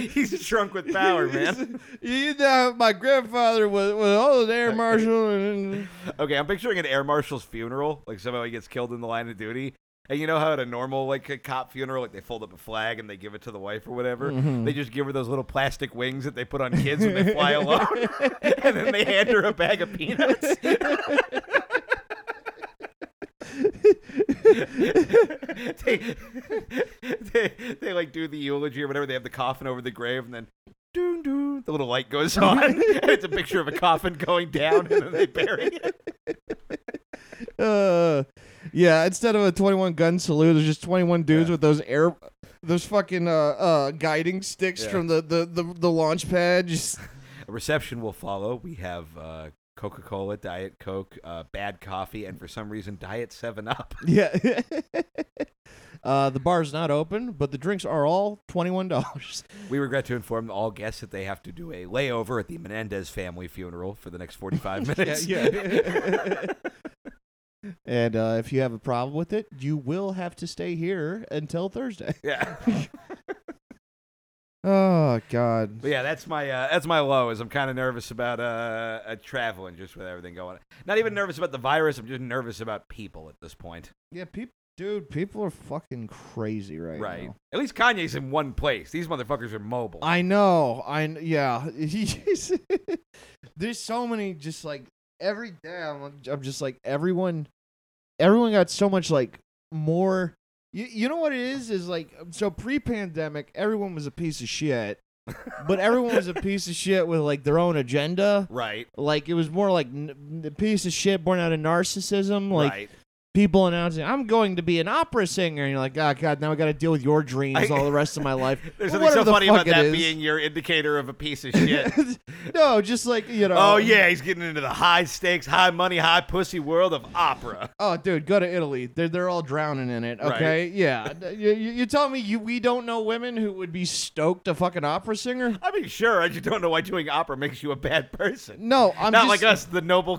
[laughs] He's shrunk with power, man. you know, my grandfather was was always an air marshal, and Okay, I'm picturing an air marshal's funeral. Like somehow he gets killed in the line of duty. And you know how at a normal like a cop funeral, like they fold up a flag and they give it to the wife or whatever. They just give her those little plastic wings that they put on kids when they fly alone, [laughs] and then they hand her a bag of peanuts. [laughs] they, they, they like do the eulogy or whatever. They have the coffin over the grave, and then doo doo, the little light goes on. [laughs] and it's a picture of a coffin going down, and then they bury it. uh, yeah. Instead of a twenty-one gun salute, there's just twenty-one dudes with those air, those fucking uh, uh guiding sticks Yeah. from the, the the the launch pad. Just [laughs] A reception will follow. We have uh, Coca Cola, Diet Coke, uh, bad coffee, and for some reason, Diet 7 Up. yeah. [laughs] Uh, the bar's not open, but the drinks are all twenty-one dollars. [laughs] [laughs] We regret to inform all guests that they have to do a layover at the Menendez family funeral for the next [laughs] 45 minutes. and uh, if you have a problem with it, you will have to stay here until [laughs] Thursday. [laughs] yeah. Oh God. But yeah, that's my uh, that's my low. Is I'm kind of nervous about uh, uh traveling just with everything going. on. Not even nervous about the virus. I'm just nervous about people at this point. Yeah, people, dude, people are fucking crazy right, Right. now. At least Kanye's in one place. These motherfuckers are mobile. I know. I kn- yeah. [laughs] He's- There's so many just like every day I'm, I'm just like everyone everyone got so much like more you, you know what it is is like um, so pre-pandemic everyone was a piece of shit but everyone was a piece of shit with like their own agenda right. like it was more like n- n- piece of shit born out of narcissism like right. people announcing I'm going to be an opera singer and you're like oh god now I got to deal with your dreams I- all the rest of my life [laughs] There's Well, something so whatever the funny about fuck it that is. being your indicator of a piece of [laughs] shit. no, just like you know. oh yeah, he's getting into the high stakes, high money, high pussy world of opera. Oh, dude, go to Italy. They're they're all drowning in it. Okay, [laughs] yeah. You, you, you tell me you we don't know women who would be stoked a fucking opera singer? I mean, sure. I just don't know why doing opera makes you a bad person. No, I'm Not just- like us, the noble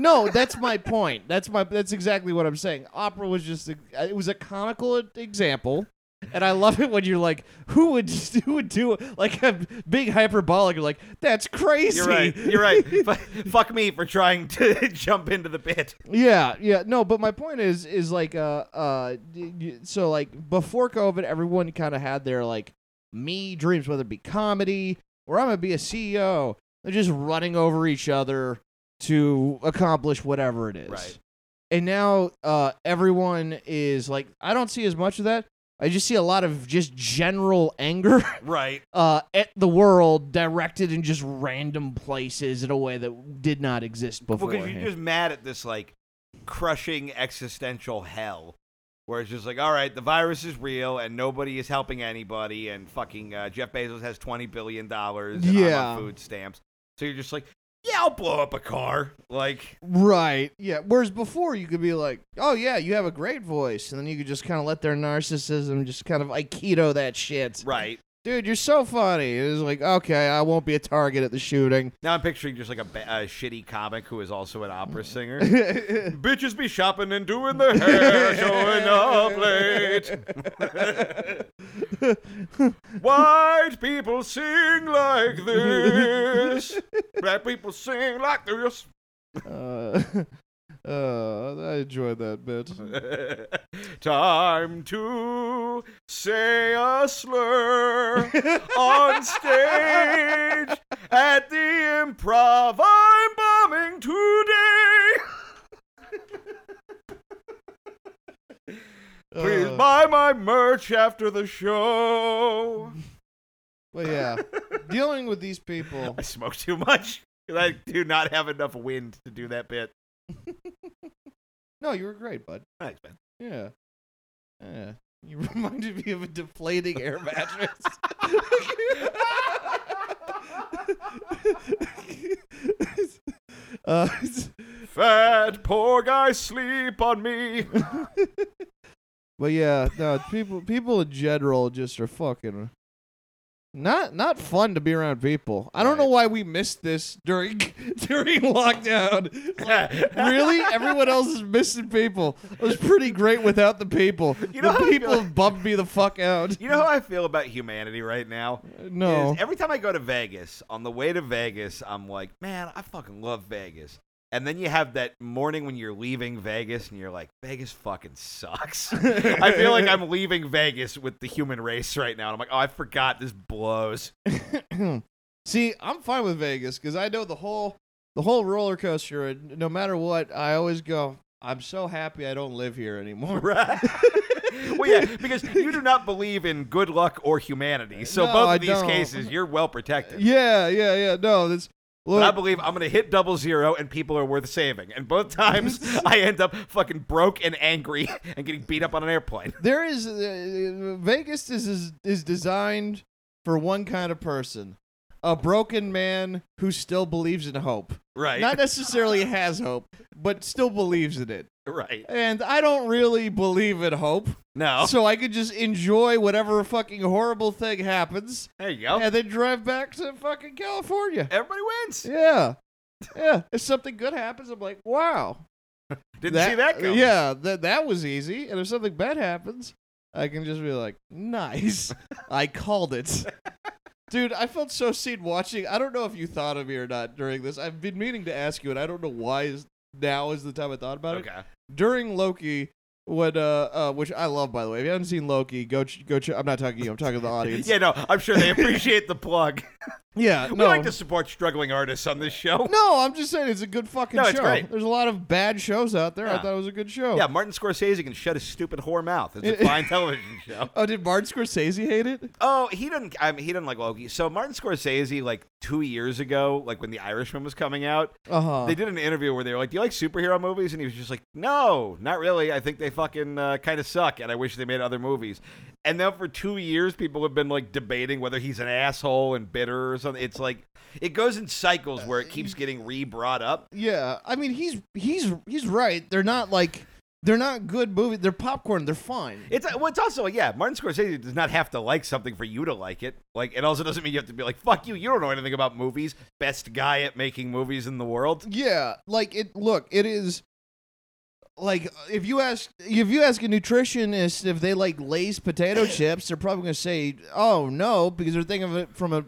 [laughs] No, that's my point. That's my that's exactly what I'm saying. Opera was just a, it was a comical e, example. And I love it when you're like, who would [laughs] who would do like a big hyperbolic? You're like, that's crazy. [laughs] You're right. [laughs] You're right. Fu- fuck me for trying to [laughs] jump into the pit. Yeah, yeah. No, but my point is is like uh uh d- y- so like before COVID everyone kind of had their like me dreams whether it be comedy or I'm going to be a CEO. They're just running over each other to accomplish whatever it is. Right. And now uh everyone is like I don't see as much of that. I just see a lot of just general anger [laughs] Right. uh, at the world directed in just random places in a way that did not exist Well, before. because you're just mad at this like crushing existential hell, where it's just like, all right, the virus is real and nobody is helping anybody, and fucking uh, Jeff Bezos has twenty billion dollars. Yeah. Food stamps. So you're just like, yeah, I'll blow up a car. Like, Right. Yeah. Whereas before you could be like, oh yeah, you have a great voice, and then you could just kind of let their narcissism just kind of aikido that shit. right. Dude, you're so funny. It was like, okay, I won't be a target at the shooting. Now I'm picturing just like a, ba- a shitty comic who is also an opera singer. yeah. Bitches be shopping and doing their hair, showing up late. White people sing like this. Black people sing like this. Uh, [laughs] uh, I enjoyed that bit. Time to say a slur on stage at the improv. I'm bombing today. [laughs] [laughs] Please Uh, buy my merch after the show. but yeah, [laughs] dealing with these people. I smoke too much. [laughs] 'cause I do not have enough wind to do that bit. No, you were great, bud. Thanks, man. Yeah. Yeah. You [laughs] reminded me of a deflating air [laughs] mattress. uh, [laughs] Fat poor guy, sleep on me. but yeah, no, people people in general just are fucking not not fun to be around people. I don't know why we missed this during [laughs] during [laughs] lockdown. It's like, [laughs] really? Everyone else is missing people. It was pretty great without the people. You know how the I people feel- bummed me the fuck [laughs] out. You know how I feel about humanity right now? No. Is every time I go to Vegas, on the way to Vegas, I'm like, man, I fucking love Vegas. And then you have that morning when you're leaving Vegas and you're like, Vegas fucking [laughs] sucks. I feel like I'm leaving Vegas with the human race right now. And I'm like, oh, I forgot this blows. See, I'm fine with Vegas because I know the whole the whole roller coaster. and No matter what, I always go. I'm so happy I don't live here anymore. [laughs] Right. [laughs] well, yeah, because you do not believe in good luck or humanity. So No, both of I these don't. cases, you're well protected. Yeah, yeah, yeah. No, that's But I look. believe I'm gonna hit double zero and people are worth saving. And both times I end up fucking broke and angry [laughs] and getting beat up on an airplane. [laughs] There is uh, Vegas is, is is designed for one kind of person, a broken man who still believes in hope. Right. Not necessarily has hope, but still believes in it. [laughs] right. And I don't really believe in hope, No. so I could just enjoy whatever fucking horrible thing happens, there you go. and then drive back to fucking California. Everybody [laughs] wins. Yeah. Yeah, if something good happens, I'm like, wow, Didn't see that coming. Yeah, that that was easy. And if something bad happens, I can just be like, [laughs] "Nice, I called it." Dude, I felt so seen watching. I don't know if you thought of me or not during this. I've been meaning to ask you, and I don't know why is now is the time I thought about it. Okay. During Loki, when uh, uh, which I love by the way. If you haven't seen Loki, go ch- go. Ch- I'm not talking to you. I'm [laughs] talking to the audience. Yeah, no, I'm sure they appreciate [laughs] the plug. yeah. We no, like to support struggling artists on this show. no. I'm just saying it's a good fucking No, show. it's great. There's a lot of bad shows out there. I Yeah. thought it was a good show. Yeah, Martin Scorsese can shut his stupid whore mouth. [laughs] It's a fine television show. Oh, did Martin Scorsese hate it? Oh, he doesn't. I mean, he doesn't like Loki. So Martin Scorsese, like two years ago, like when The Irishman was coming out, Uh huh. they did an interview where they were like, "Do you like superhero movies?" And he was just like, "No, not really. I think they fucking uh, kind of suck, and I wish they made other movies." And then for two years, people have been like debating whether he's an asshole and bitter or something. It's like it goes in cycles where it keeps getting re-brought up. Yeah, I mean he's he's he's right. They're not like they're not good movies. They're popcorn. They're fine. It's uh, well, it's also yeah. Martin Scorsese does not have to like something for you to like it. Like it also doesn't mean you have to be like fuck you. You don't know anything about movies. Best guy at making movies in the world. yeah, like it. Look, it is like if you ask if you ask a nutritionist if they like Lay's [coughs] potato chips, they're probably gonna say, "Oh no," because they're thinking of it from a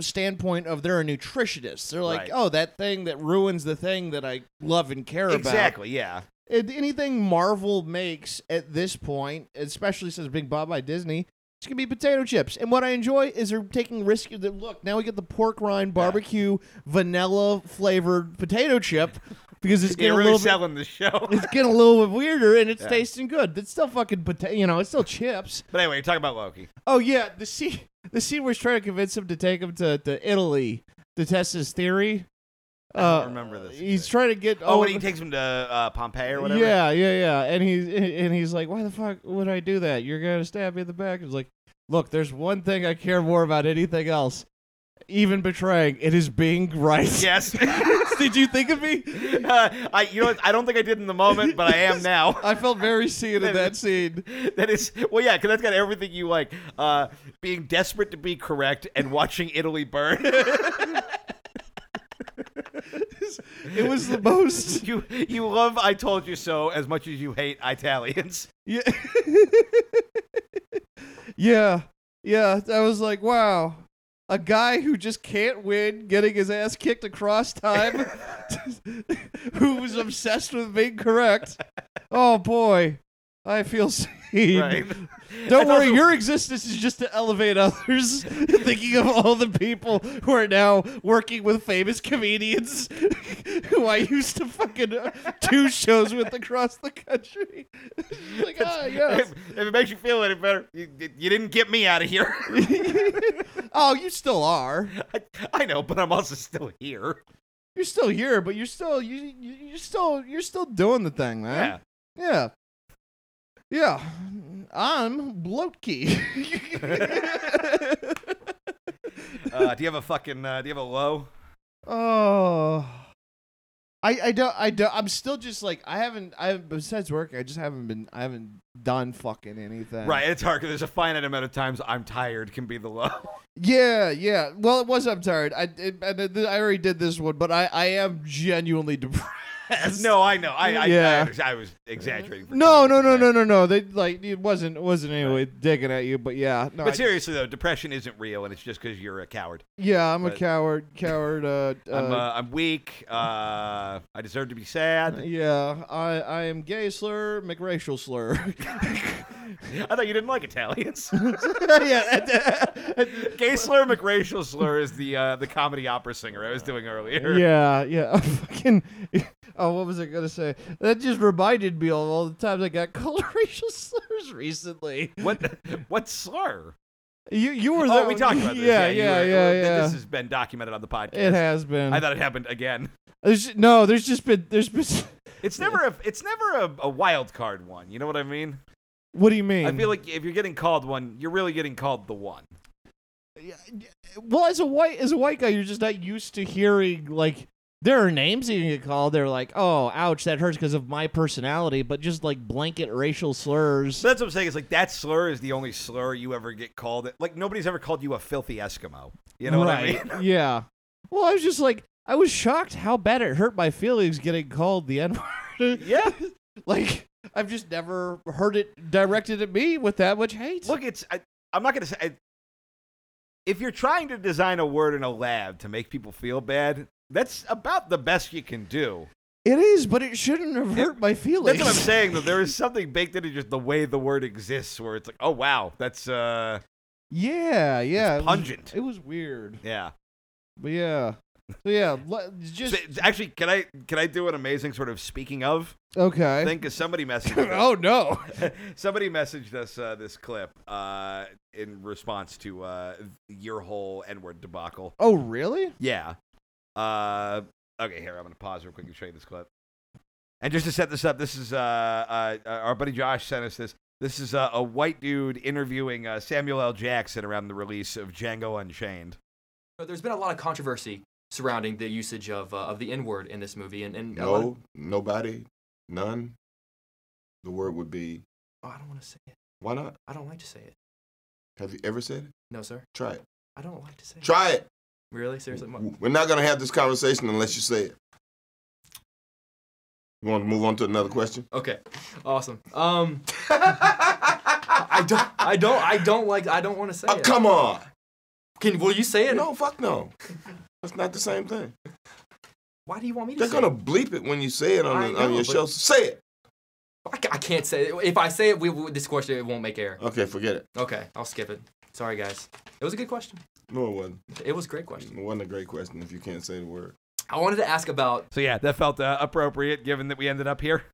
standpoint of they're a nutritionist. They're like, Right. "Oh, that thing that ruins the thing that I love and care about." Exactly. Yeah. And anything Marvel makes at this point, especially since being bought by Disney, it's gonna be potato chips. And what I enjoy is they're taking risk. that- Look, now we get the pork rind barbecue vanilla flavored potato [laughs] chip because it's They're getting a really little bit, selling the show. [laughs] it's getting a little bit weirder and it's Yeah. tasting good. It's still fucking potato, you know, it's still chips. but anyway, talk about Loki. Oh yeah, the scene the scene where he's trying to convince him to take him to, to Italy to test his theory. I Uh, don't remember this. He's trying to get Oh, Owen- when he takes him to uh, Pompeii or whatever. yeah, yeah, yeah. And he's [laughs] and he's like, "Why the fuck would I do that? You're gonna stab me in the back." He's like, "Look, there's one thing I care more about anything else, even betraying. It is being right." [laughs] Yes. [laughs] [laughs] Did you think of me? Uh, I you know what? I don't think I did in the moment, but I am now. [laughs] I felt very seen in that scene. [laughs] That is well, yeah, because that's got everything you like: uh, being desperate to be correct and watching Italy burn. [laughs] It was the most. you you love "I told you so" as much as you hate Italians. Yeah. [laughs] yeah. Yeah. I was like, wow. A guy who just can't win, getting his ass kicked across time, [laughs] who was obsessed with being correct. Oh, boy. I feel seen. Right. [laughs] Don't That's worry, also- your existence is just to elevate others. [laughs] Thinking of all the people who are now working with famous comedians [laughs] who I used to fucking uh, do shows with across the country. [laughs] like, [laughs] ah, yes. If, if it makes you feel any better, you, you didn't get me out of here. [laughs] [laughs] oh, you still are. I, I know, but I'm also still here. You're still here, but you're still you, you you're still you're still doing the thing, man. Yeah. Yeah. I'm [laughs] Blokey. Uh, do you have a fucking? Uh, do you have a low? Oh, I I don't I don't I'm still just like I haven't I haven't- besides work I just haven't been I haven't done fucking anything. Right, it's hard 'cause there's a finite amount of times I'm tired can be the low. Yeah. Yeah. Well, it was I'm tired. I it, I, did- I already did this one, but I I am genuinely depressed. [laughs] no, I know. I I, Yeah. I, under- I was exaggerating. for No, no, comedic no, effect. no, no, no. They like it wasn't it wasn't anyway digging at you, but yeah, no, I- But seriously though, depression isn't real, and it's just because you're a coward. yeah, I'm a but- coward, coward. Uh, I'm uh, uh, I'm weak. Uh, I deserve to be Uh, sad. yeah, I I am gay slur, McRacial slur. [laughs] [laughs] I thought you didn't like Italians. yeah, uh, that- that- Gay slur, McRacial slur is the uh, the comedy opera singer I was doing earlier. Yeah, yeah. [laughs] Fucking. Oh, what was I gonna say? That just reminded me of all the times I got [laughs] coloracial slurs recently. What what slur? You you were Oh, there. we talked about [laughs] this. Yeah, you yeah, were- yeah, th- yeah. This has been documented on the podcast. it has been. I thought it happened again. There's- no, there's just been. There's been. It's never a it's never a, a wild card one. You know what I mean? What do you mean? I feel like if you're getting called one, you're really getting called the one. yeah, yeah, well, as a white as a white guy, you're just not used to hearing like there are names that you can get called. They're like, oh, ouch, that hurts because of my personality, but just like blanket racial slurs. So that's what I'm saying. It's like that slur is the only slur you ever get called. Like nobody's ever called you a filthy Eskimo. You know right? what I mean? [laughs] yeah. Well, I was just like, I was shocked how bad it hurt my feelings getting called the N word. Yeah. [laughs] like I've just never heard it directed at me with that much hate. Look, it's. I, I'm not gonna say. I, if you're trying to design a word in a lab to make people feel bad, that's about the best you can do. it is, but it shouldn't have hurt my feelings. That's what I'm saying. Though there is something baked into just the way the word exists, where it's like, oh wow, that's uh, Yeah, yeah. it was- pungent. It was, weird. yeah. But yeah. So yeah, le- just So, actually, can I can I do an amazing sort of speaking of okay. thing? Because somebody messaged. us. [laughs] [laughs] oh no. Somebody messaged us uh, this clip uh, in response to uh, your whole N word debacle. Oh really? Yeah. Uh, okay, here, I'm going to pause real quick and show you this clip. And just to set this up, this is uh, uh, our buddy Josh sent us this. This is uh, a white dude interviewing uh, Samuel L. Jackson around the release of Django Unchained. But There's been a lot of controversy surrounding the usage of, uh, of the N word in this movie, and, and a lot of- No, nobody, none. The word would be oh, I don't want to say it. why not? I don't like to say it. Have you ever said it? No, sir. Try it. I don't like to say it. Try it. Really? Seriously? Mo- We're not gonna have this conversation unless you say it. You want to move on to another question? Okay. Awesome. Um, I don't. I don't. I don't like. I don't want to say Oh, it. come on. Can will you say it? No, [laughs] fuck no. That's not the same thing. Why do you want me to? They're say gonna It? bleep it when you say it on, I the, on know, your but- show. Say it. I, ca- I can't say it. If I say it, we, we, this question it won't make air. Okay, forget it. Okay. I'll skip it. Sorry, guys. It was a good question. No, it wasn't. It was a great question. It wasn't a great question if you can't say the word. I wanted to ask about. So, yeah, that felt uh, appropriate given that we ended up here. [laughs]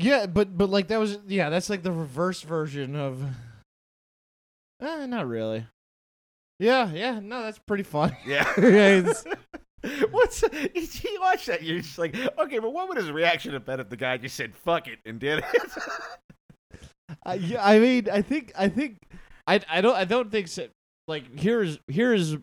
Yeah, but but like that was yeah, that's like the reverse version of. Eh, not really. Yeah, yeah, no, that's pretty fun. [laughs] Yeah. Yeah, it's- [laughs] What's he watched that? You're just like, okay, but what would his reaction have been if the guy just said "fuck it" and did it? [laughs] I, yeah, I mean, I think, I think, I, I don't, I don't think so. Like, here's, here's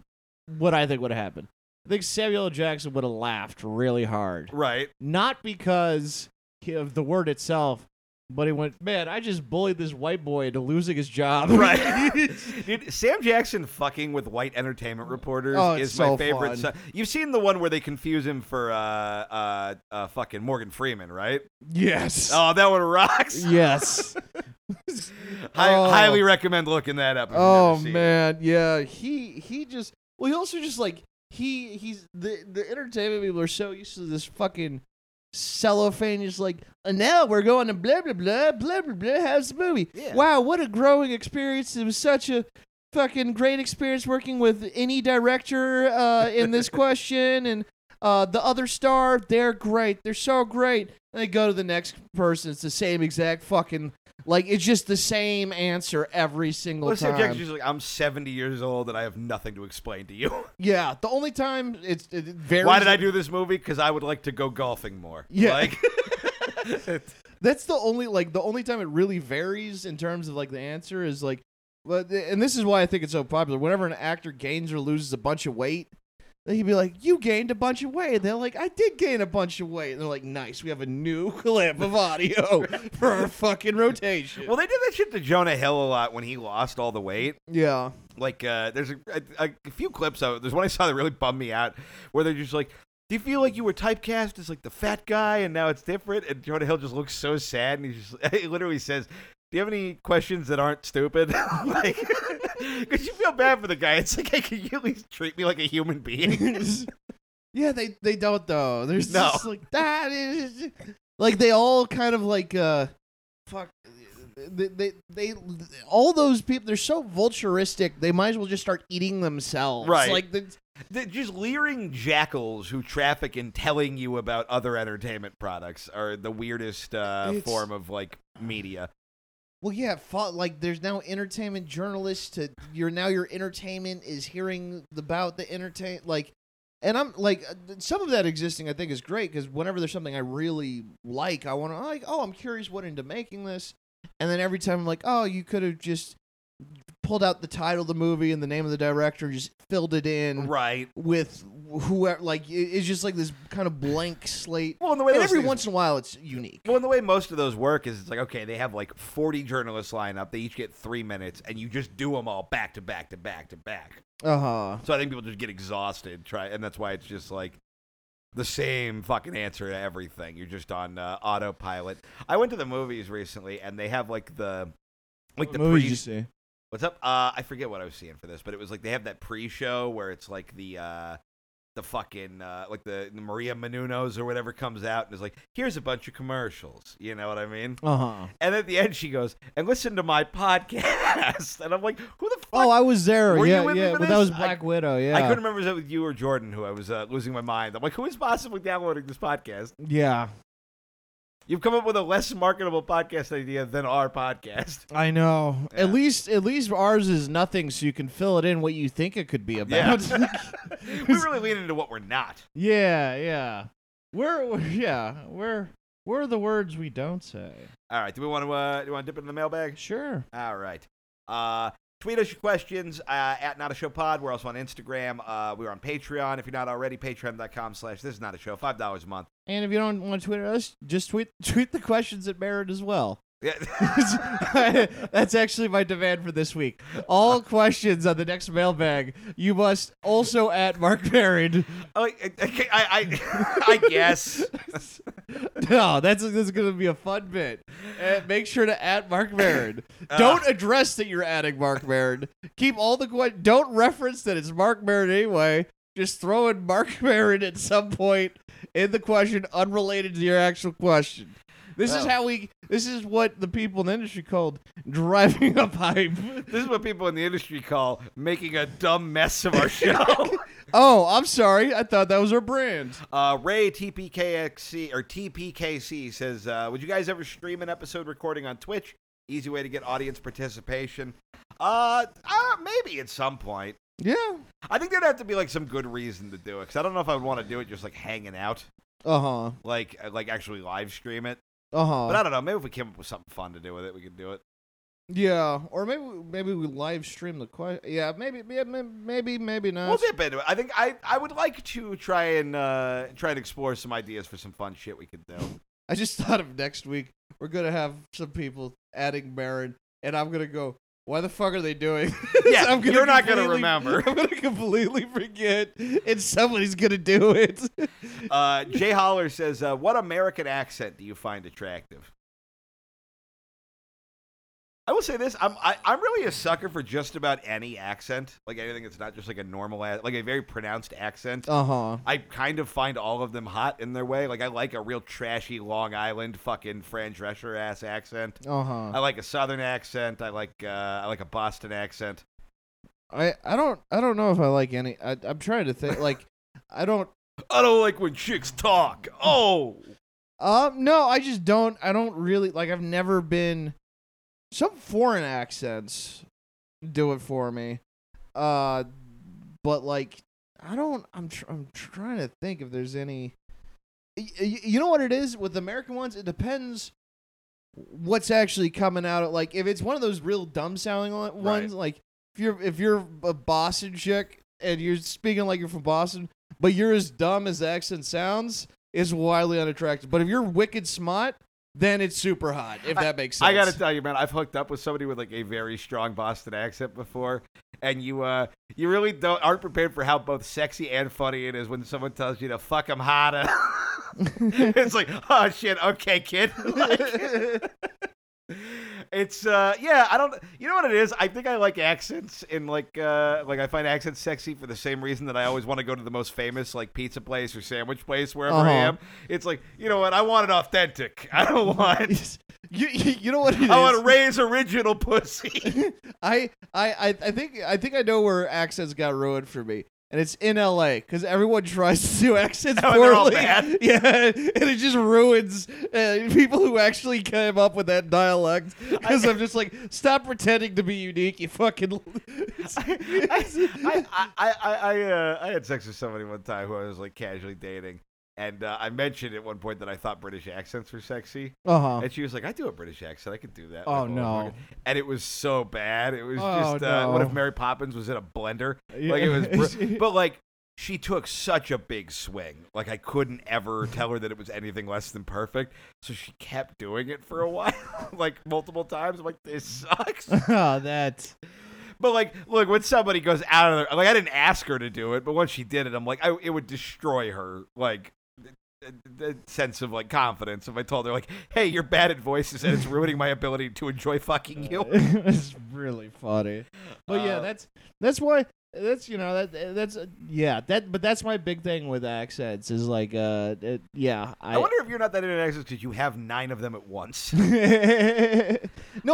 what I think would have happened. I think Samuel L. Jackson would have laughed really hard, right. not because of the word itself, but he went, "Man, I just bullied this white boy into losing his job." Right. [laughs] Dude, Sam Jackson fucking with white entertainment reporters Oh, it's is so my favorite. fun. si- You've seen the one where they confuse him for uh, uh, uh, fucking Morgan Freeman, right? [laughs] yes. Oh, that one rocks. [laughs] [laughs] Yes. Hi- Oh. Highly recommend looking that up. if you've oh never seen it. man, yeah. He he just well, he also just like he he's the the entertainment people are so used to this fucking cellophane. Just like and now we're going to blah blah blah blah blah blah. How's the movie? Yeah. Wow, what a growing experience! It was such a fucking great experience working with any director uh, in this question and. Uh, the other star, they're great. They're so great. And they go to the next person. It's the same exact fucking like it's just the same answer every single Well, Sam time. Jackson's just like, I'm 70 years old and I have nothing to explain to you. Yeah, the only time it's it varies. Why did I do this movie? Because I would like to go golfing more. Yeah. [laughs] Like, [laughs] That's the only like the only time it really varies in terms of like the answer is like, but and this is why I think it's so popular. Whenever an actor gains or loses a bunch of weight, then he'd be like, "You gained a bunch of weight." And they're like, "I did gain a bunch of weight." And they're like, "Nice, we have a new [laughs] clip of audio for our fucking rotation." well, they did that shit to Jonah Hill a lot when he lost all the weight. yeah, like uh, there's a, a, a few clips of it. There's one I saw that really bummed me out where they're just like, "Do you feel like you were typecast as like the fat guy and now it's different?" And Jonah Hill just looks so sad and he just [laughs] he literally says. Do you have any questions that aren't stupid? [laughs] like, because you feel bad for the guy. It's like, hey, can you at least treat me like a human being? [laughs] [laughs] yeah, they they don't though. There's No. just like that is [laughs] like they all kind of like uh fuck they, they they all those people they're so vulturistic they might as well just start eating themselves Right. like the, They're just leering jackals who traffic in telling you about other entertainment products are the weirdest uh, It's- form of like media. well yeah fo- like there's now entertainment journalists to you're now your entertainment is hearing about the entertain like and I'm like uh, th- some of that existing I think is great because whenever there's something I really like I want to like oh I'm curious what into making this and then every time I'm like oh you could have just pl- pulled out the title of the movie and the name of the director and just filled it in right. with whoever. Like it- it's just like this kind of blank slate. Well, and the way and those every things- once in a while it's unique. Well, and the way most of those work is it's like, okay, they have like 40 journalists line up. They each get three minutes, and you just do them all back to back to back to back. Uh huh. So I think people just get exhausted. Try, And that's why it's just like the same fucking answer to everything. You're just on uh, autopilot. I went to the movies recently, and they have like the. Like the pre- see? What's up? Uh, I forget what I was seeing for this, but it was like they have that pre-show where it's like the uh, the fucking uh, like the, the Maria Menounos or whatever comes out and is like, here's a bunch of commercials. You know what I mean? Uh huh. And at the end, she goes and listen to my [laughs] podcast, and I'm like, who the fuck? Oh, I was there. Were you yeah, with me yeah. for But that this? was I- Black Widow. Yeah. I couldn't remember if it was you or Jordan who I was uh, losing my mind. I'm like, who is possibly downloading this podcast? Yeah. You've come up with a less marketable podcast idea than our podcast. [laughs] I know. Yeah. At least, at least ours is nothing, so you can fill it in what you think it could be Yeah, about. [laughs] [laughs] we really lean into what we're not. yeah, yeah. We're, we're yeah, we're we're the words we don't say. All right, do we want to uh, do you want to dip into the mailbag? Sure. All right. Uh, tweet us your questions uh, at Not a Show Pod. We're also on Instagram. Uh, we're on Patreon. If you're not already, patreon.com slash this is not a show. $5 a month. And if you don't want to tweet at us, just tweet [laughs] tweet the questions at Merritt as well. [laughs] Yeah. [laughs] That's actually my demand for this week. All questions on the next mailbag, you must also at Mark Merritt. Oh, I, I, I, I guess. [laughs] No, Oh, that's that's gonna be a fun bit. Uh, make sure to add Mark Maron. [laughs] don't address that you're adding Mark Maron. Keep all the que- don't reference that it's Mark Maron anyway. Just throw in Mark [laughs] Maron at some point in the question, unrelated to your actual question. This is Well. how we. This is what the people in the industry called driving [laughs] up hype. This is what people in the industry call making a dumb mess of our show. oh, I'm sorry. I thought that was our brand. Uh, Ray TPKXC or TPKC says, uh, "Would you guys ever stream an episode recording on Twitch? Easy way to get audience participation. Uh, uh maybe at some point. Yeah. I think there'd have to be like some good reason to do it. Cause I don't know if I would want to do it just like hanging out, Uh huh. like uh, like actually live stream it. Uh huh. But I don't know. Maybe if we came up with something fun to do with it, we could do it. Yeah, or maybe maybe we live stream the question. Yeah, maybe yeah, may- maybe maybe not. We'll dip into it. I think I I would like to try and uh try and explore some ideas for some fun shit we could do. I just [laughs] thought of next week we're gonna have some people adding Baron, and I'm gonna go. Why the fuck are they doing? [laughs] this?" Yeah, I'm you're not gonna completely- remember. [laughs] I'm gonna completely forget, and somebody's gonna do it. [laughs] Uh, Jay Holler says, uh, "What American accent do you find attractive?" I will say this: I'm I, I'm really a sucker for just about any accent, like anything that's not just like a normal, ac- like a very pronounced accent. Uh huh. I kind of find all of them hot in their way. Like I like a real trashy Long Island fucking Fran Drescher ass accent. Uh huh. I like a Southern accent. I like uh, I like a Boston accent. I I don't I don't know if I like any. I, I'm trying to think. [laughs] Like, I don't. I don't like when chicks talk. Oh, Um, no, I just don't. I don't really like. I've never been. Some foreign accents do it for me. Uh, but like, I don't. I'm tr- I'm trying to think if there's any. Y- y- you know what it is with American ones? It depends what's actually coming out. Like, if it's one of those real dumb sounding li- ones, like if you're if you're a Boston chick and you're speaking like you're from Boston, but you're as dumb as the accent sounds, is wildly unattractive. But if you're wicked smart, then it's super hot. If that makes sense. I gotta tell you, man, I've hooked up with somebody with like a very strong Boston accent before, and you uh you really don't aren't prepared for how both sexy and funny it is when someone tells you to fuck 'em harder. [laughs] it's like, oh shit, okay, kid. [laughs] Like, it's uh yeah, I don't you know what it is? I think I like accents in like uh like I find accents sexy for the same reason that I always want to go to the most famous like pizza place or sandwich place wherever I Uh-huh. am. It's like, you know what, I want it authentic. [laughs] I don't want you, you you know what it is? I want to raise original pussy. [laughs] I, I, I, I think I think I know where accents got ruined for me, and it's in L.A. because everyone tries to do accents [laughs] Oh, and poorly. they're all bad. [laughs] Yeah, and it just ruins uh, people who actually came up with that dialect. Because I'm just like, stop pretending to be unique. You fucking. [laughs] I, I, I, I, uh, I had sex with somebody one time who I was like casually dating, And uh, I mentioned at one point that I thought British accents were sexy, Uh huh. and she was like, "I do a British accent. I could do that." Oh, Like, no. fuck. And it was so bad. It was Oh, just uh, what no. if Mary Poppins was in a blender? Like [laughs] it was, br- but like she took such a big swing. Like I couldn't ever tell her that it was anything less than perfect. So she kept doing it for a while, [laughs] like multiple times. I'm like, this sucks. oh, that. But like, look, when somebody goes out of their like, I didn't ask her to do it, but once she did it, I'm like, I, it would destroy her like th- th- th- sense of like confidence if I told her like, hey, you're bad at [laughs] voices and it's ruining my ability to enjoy fucking you. Uh, it's really funny. But yeah, Uh, that's that's why that's you know that that's uh, yeah that but that's my big thing with accents is like uh it, yeah I. I wonder if you're not that into accents because you have nine of them at [laughs] once. no,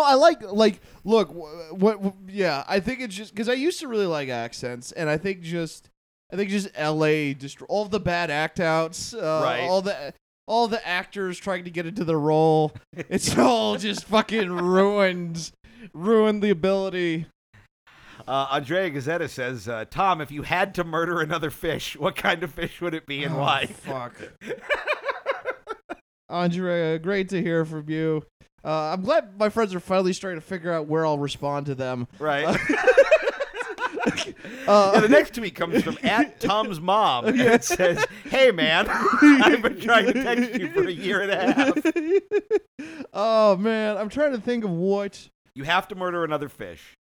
I like like look wh- what, what yeah I think it's just because I used to really like accents and I think just I think just L.A. Dist- all the bad act outs uh, Right. all the all the actors trying to get into the role it's all just [laughs] fucking ruined ruined the ability Uh, Andrea Gazetta says, uh, Tom, if you had to murder another fish, what kind of fish would it be and Oh, [laughs] why? Fuck. Andrea, uh, great to hear from you. Uh, I'm glad my friends are finally starting to figure out where I'll respond to them. Right. [laughs] Uh, Yeah, the next tweet comes from [laughs] at Tom's mom. And it says, Hey man, [laughs] I've been trying to text you for a year and a half. [laughs] oh man, I'm trying to think of what. You have to murder another fish.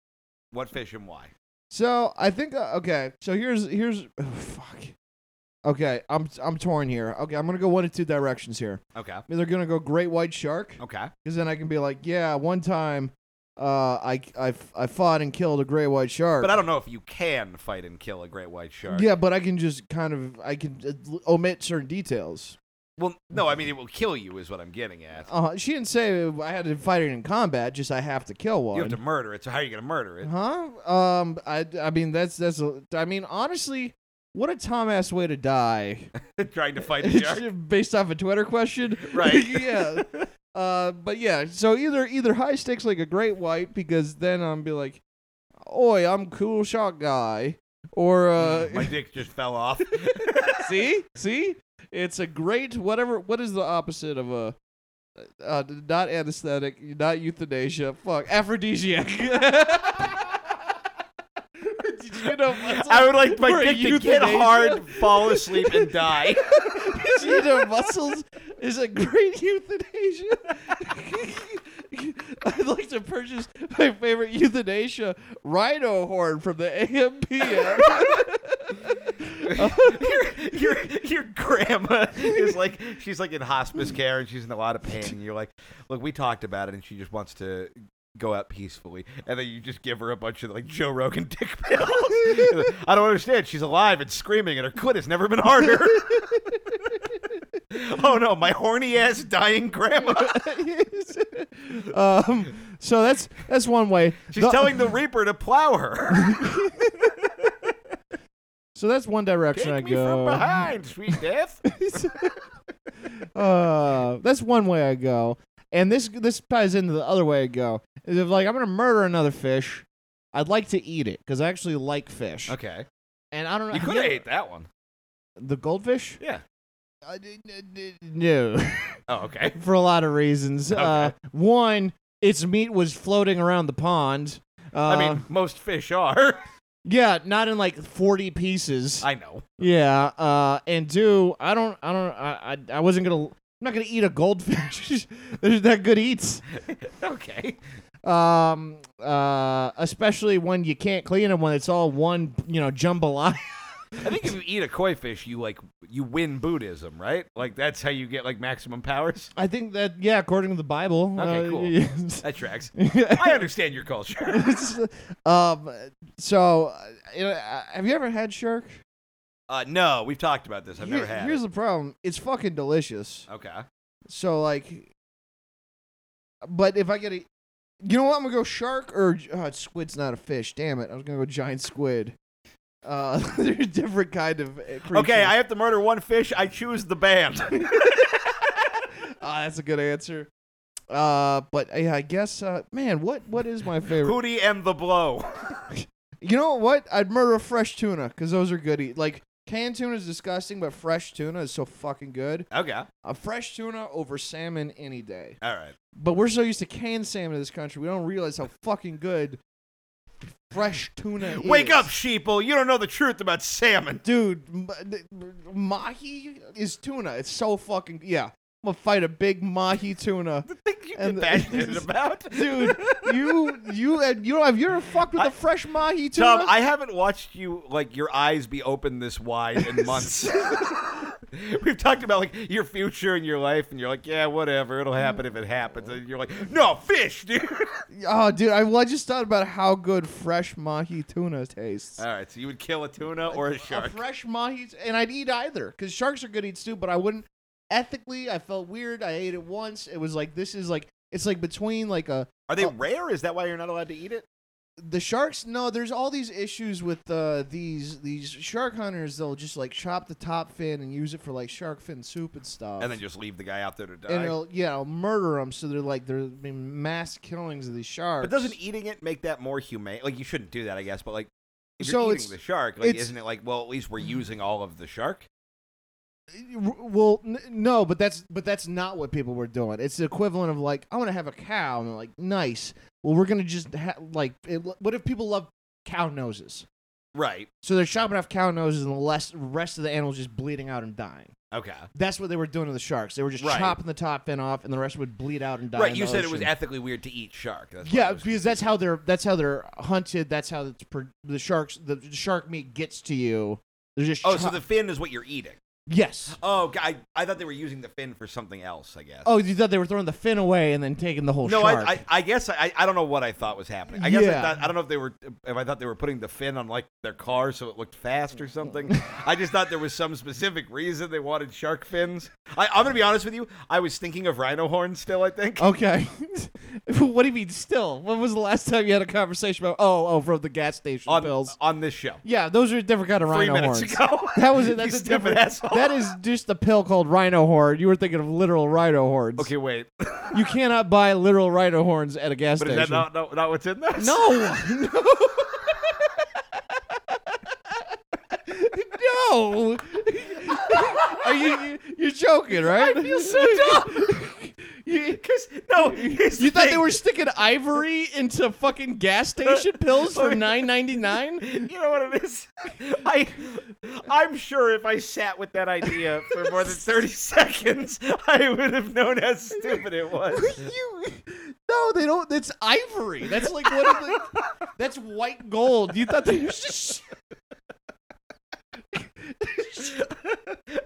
What fish and why? So I think uh, okay. So here's here's oh, fuck. Okay, I'm I'm torn here. Okay, I'm gonna go one of two directions here. Okay. I'm either gonna go great white shark. Okay. Because then I can be like, yeah, one time, uh, I, I, I fought and killed a gray white shark. But I don't know if you can fight and kill a great white shark. yeah, but I can just kind of I can uh, omit certain details. Well, no, I mean, it will kill you, is what I'm getting at. Uh, she didn't say I had to fight it in combat. Just I have to kill one. You have to murder it, so how are you going to murder it? huh? Um, I, I mean that's that's a, I mean honestly, what a Tom ass way to [laughs] die. [laughs] Trying to fight a shark? Based off a Twitter question, [laughs] Right. [laughs] yeah. Uh, but yeah, so either either high stakes like a great white because then I'm be like, oi, I'm cool shot guy, or uh, My dick just [laughs] fell off. see, see, it's a great whatever. What is the opposite of a uh, not anesthetic, not euthanasia? Fuck, aphrodisiac. [laughs] Did you know? muscle- I would like my for a dick to get euthanasia? hard, fall asleep, and die. [laughs] Did you know muscles is a great euthanasia? [laughs] I'd like to purchase my favorite euthanasia rhino horn from the [laughs] [laughs] AMPM. your, your, your grandma is like she's like in hospice care and she's in a lot of pain and you're like look we talked about it and she just wants to go out peacefully and then you just give her a bunch of like joe rogan dick [laughs] pills i don't understand she's alive and screaming and her clit has never been harder [laughs] oh no my horny ass dying grandma [laughs] um, so that's that's one way. she's The- telling the reaper to plow her So that's one direction I [laughs] take me go. from behind sweet death [laughs] uh, that's one way I go, and this this ties into the other way I go. Is if like I'm gonna murder another fish, I'd like to eat it because I actually like fish. okay And I don't know. you have could have ever- ate that one the goldfish. yeah I did- I did- No, [laughs] oh okay for a lot of reasons. Uh, Okay. one, its meat was floating around the pond. Uh, i mean most fish are [laughs] yeah, not in like forty pieces. i know Yeah, uh, and two, I don't, I don't, I, I, I wasn't gonna, I'm not gonna eat a goldfish. [laughs] There's that good eats, okay. um, uh, especially when you can't clean them when it's all one, you know, jambalaya. [laughs] I think if you eat a koi fish, you like you win Buddhism, right? Like that's how you get like maximum powers. I think that, yeah, according to the Bible. Okay, uh, cool. yes. That tracks. I understand your culture. [laughs] um, so, uh, you know, uh, have you ever had shark? Uh, no, we've talked about this. I've Here- never had. Here's it. the problem: it's fucking delicious. okay. So like, but if I get a, you know what? I'm gonna go shark or oh, squid's not a fish. Damn it! I was gonna go giant squid. Uh, [laughs] they're a different kind of uh, creature. Okay, I have to murder one fish. I choose [laughs] the band. Ah, that's a good answer. Uh, but yeah, I guess uh, man, what what is my favorite? Hootie and the Blow. You know what? I'd murder a fresh tuna because those are good. Eat. Like Canned tuna is disgusting, but fresh tuna is so fucking good. Okay. All A fresh tuna over salmon any day. right. But we're so used to canned salmon in this country, we don't realize how fucking good fresh tuna is. [laughs] Wake up, sheeple. You don't know the truth about salmon. [laughs] Dude, m- th- mahi is tuna. It's so fucking. Yeah. I'm going to fight a big mahi [laughs] tuna. Think you And get the- [laughs] passionate about. Dude, you you and you don't have you ever fucked with I- the fresh mahi tuna? Tom, I haven't watched you like your eyes be open this wide [laughs] in months. [laughs] We've talked about like your future and your life, and you're like, yeah, whatever, it'll happen if it happens. And you're like, no [laughs] fish, dude. oh, dude, I, well, I just thought about how good fresh mahi tuna tastes. All right, so you would kill a tuna or a a shark. fresh mahi, and I'd eat either because sharks are good eats too. But I wouldn't. Ethically, I felt weird. I ate it once. It was like this is like it's like between like a Are they rare? Is that why you're not allowed to eat it? the sharks. No, there's all these issues with uh, these these shark hunters. They'll just like chop the top fin and use it for like shark fin soup and stuff. And then just leave the guy out there to and die. it'll yeah, it'll murder them. So they're like there's been mass killings of these sharks. But doesn't eating it make that more humane? Like you shouldn't do that, I guess. But like, if So you're it's- eating the shark, like it's- isn't it like, well, at least we're using all of the shark? Well, n- no, but that's but that's not what people were doing. It's the equivalent of like, I want to have a cow, and they're like, nice. Well, we're gonna just ha- like, it, what if people love cow noses? Right. So they're chopping off cow noses, and the less, rest of the animals just bleeding out and dying. Okay. That's what they were doing to the sharks. They were just Right. chopping the top fin off, and the rest would bleed out and die. right. in You the said it was ocean. ethically weird to eat shark. That's why I yeah, was because that's how they're that's how they're hunted. That's how it's pro- the sharks the, the shark meat gets to you. They're just Oh, so chop- the fin is what you're eating. yes. Oh, g- I, I thought they were using the fin for something else, I guess. Oh, you thought they were throwing the fin away and then taking the whole no, shark? I, I, I guess I, I don't know what I thought was happening. I guess Yeah. I, thought, I don't know if they were if I thought they were putting the fin on like their car so it looked fast or something. I just thought there was some specific reason they wanted shark fins. I, I'm gonna be honest with you. I was thinking of rhino horns still. I think. Okay. [laughs] what do you mean still? When was the last time you had a conversation about oh oh from the gas station on pills? on this show. Yeah, those are a different kind of Three rhino minutes horns. ago. [laughs] [laughs] That was You it. That's a stupid different. asshole. That is just a pill called rhino horn. You were thinking of literal rhino horns. Okay, wait. [laughs] You cannot buy literal rhino horns at a gas But is station. that not, not, not what's in this? [laughs] No. [laughs] no. [laughs] no. Are you you're joking, right? I feel so [laughs] dumb. You- Because no, here's You the thought they thing. were sticking ivory into fucking gas station [laughs] pills for nine ninety nine? You know what it is? I, I'm sure if I sat with that idea for more than 30 seconds, I would have known how stupid it [laughs] was. You no, they don't. That's ivory. That's like one of the. That's white gold. You thought they were just. [laughs]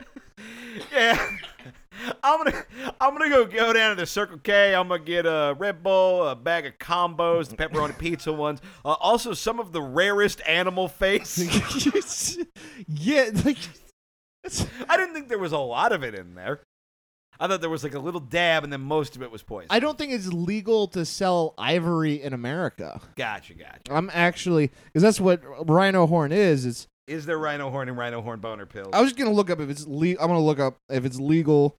Yeah. I'm gonna, I'm gonna go go down to the Circle K. I'm gonna get a Red Bull, a bag of combos, the pepperoni pizza ones. Uh, also, some of the rarest [laughs] animal face. yeah, like that's, I didn't think there was a lot of it in there. I thought there was like a little dab, and then most of it was poison. I don't think it's legal to sell ivory in America. Gotcha, gotcha. I'm actually because that's what rhino horn is. It's Is there rhino horn and rhino horn boner pills? I was gonna look up if it's le- I'm gonna look up if it's legal.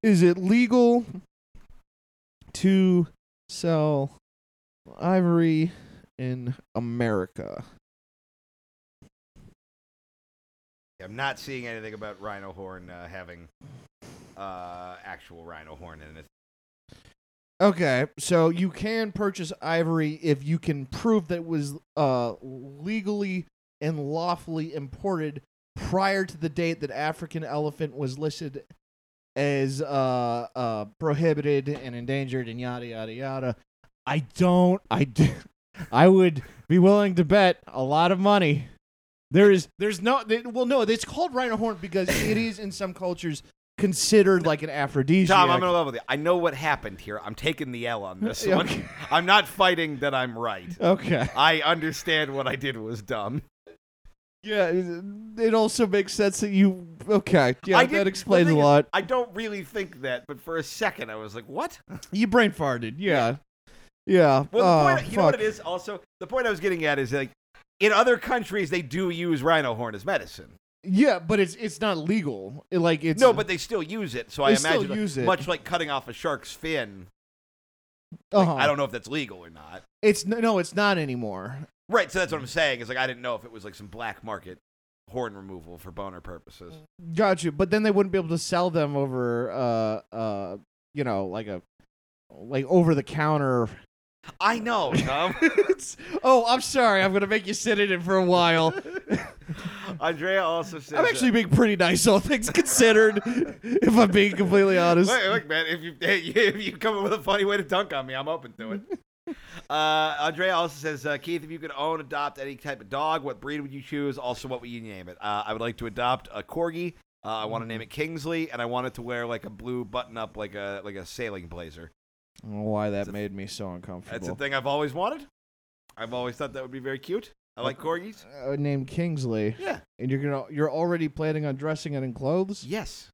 Is it legal to sell ivory in America? I'm not seeing anything about rhino horn uh, having uh, actual rhino horn in it. Okay, so you can purchase ivory if you can prove that it was uh, legally and lawfully imported prior to the date that African elephant was listed as uh, uh, prohibited and endangered and yada yada yada. I don't. I do. I would be willing to bet a lot of money. There is. There's no. they- well, no. It's called rhino horn because it is in some cultures considered like an aphrodisiac. Tom, I'm in love with you. I know what happened here. I'm taking the L [laughs] on this Yeah, one. okay. I'm not fighting that I'm right. Okay. I understand what I did was dumb. Yeah, it it also makes sense that you. Okay, yeah, I did- that the explains a thing is, lot. I don't really think that, but for a second I was like, "What?" You brain farted. Yeah, yeah. Well, the oh, point, you fuck. know what it is. Also, the point I was getting at is like, in other countries they do use rhino horn as medicine. Yeah, but it's it's not legal. It, like it's no, but they still use it. So I They still imagine, use it. much like cutting off a shark's fin. uh-huh. I don't know if that's legal or not. It's no, no, it's not anymore. Right, so that's what I'm saying. Is like I didn't know if it was like some black market horn removal for boner purposes. Got you. But then they wouldn't be able to sell them over, uh, uh, you know, like a, like over the counter. I know, Tom. It's- oh, I'm sorry. I'm gonna make you sit in it for a while. [laughs] Andrea also [laughs] says, I'm actually being pretty nice, all things considered. [laughs] if I'm being completely honest. Look, look, man, if you [laughs] if you come up with a funny way to dunk on me, I'm open to it. [laughs] Uh, Andrea also says, uh, Keith, if you could own, adopt any type of dog, what breed would you choose? Also, what would you name it? Uh, I would like to adopt a corgi. Uh, I want to name it Kingsley, and I want it to wear like a blue button-up, like a like a sailing blazer. I don't know why that That's a- made me so That's uncomfortable. a thing I've always wanted. I've always thought that would be very cute. I like corgis. uh, named Kingsley. Yeah. And you're gonna you're already planning on dressing it in clothes? Yes.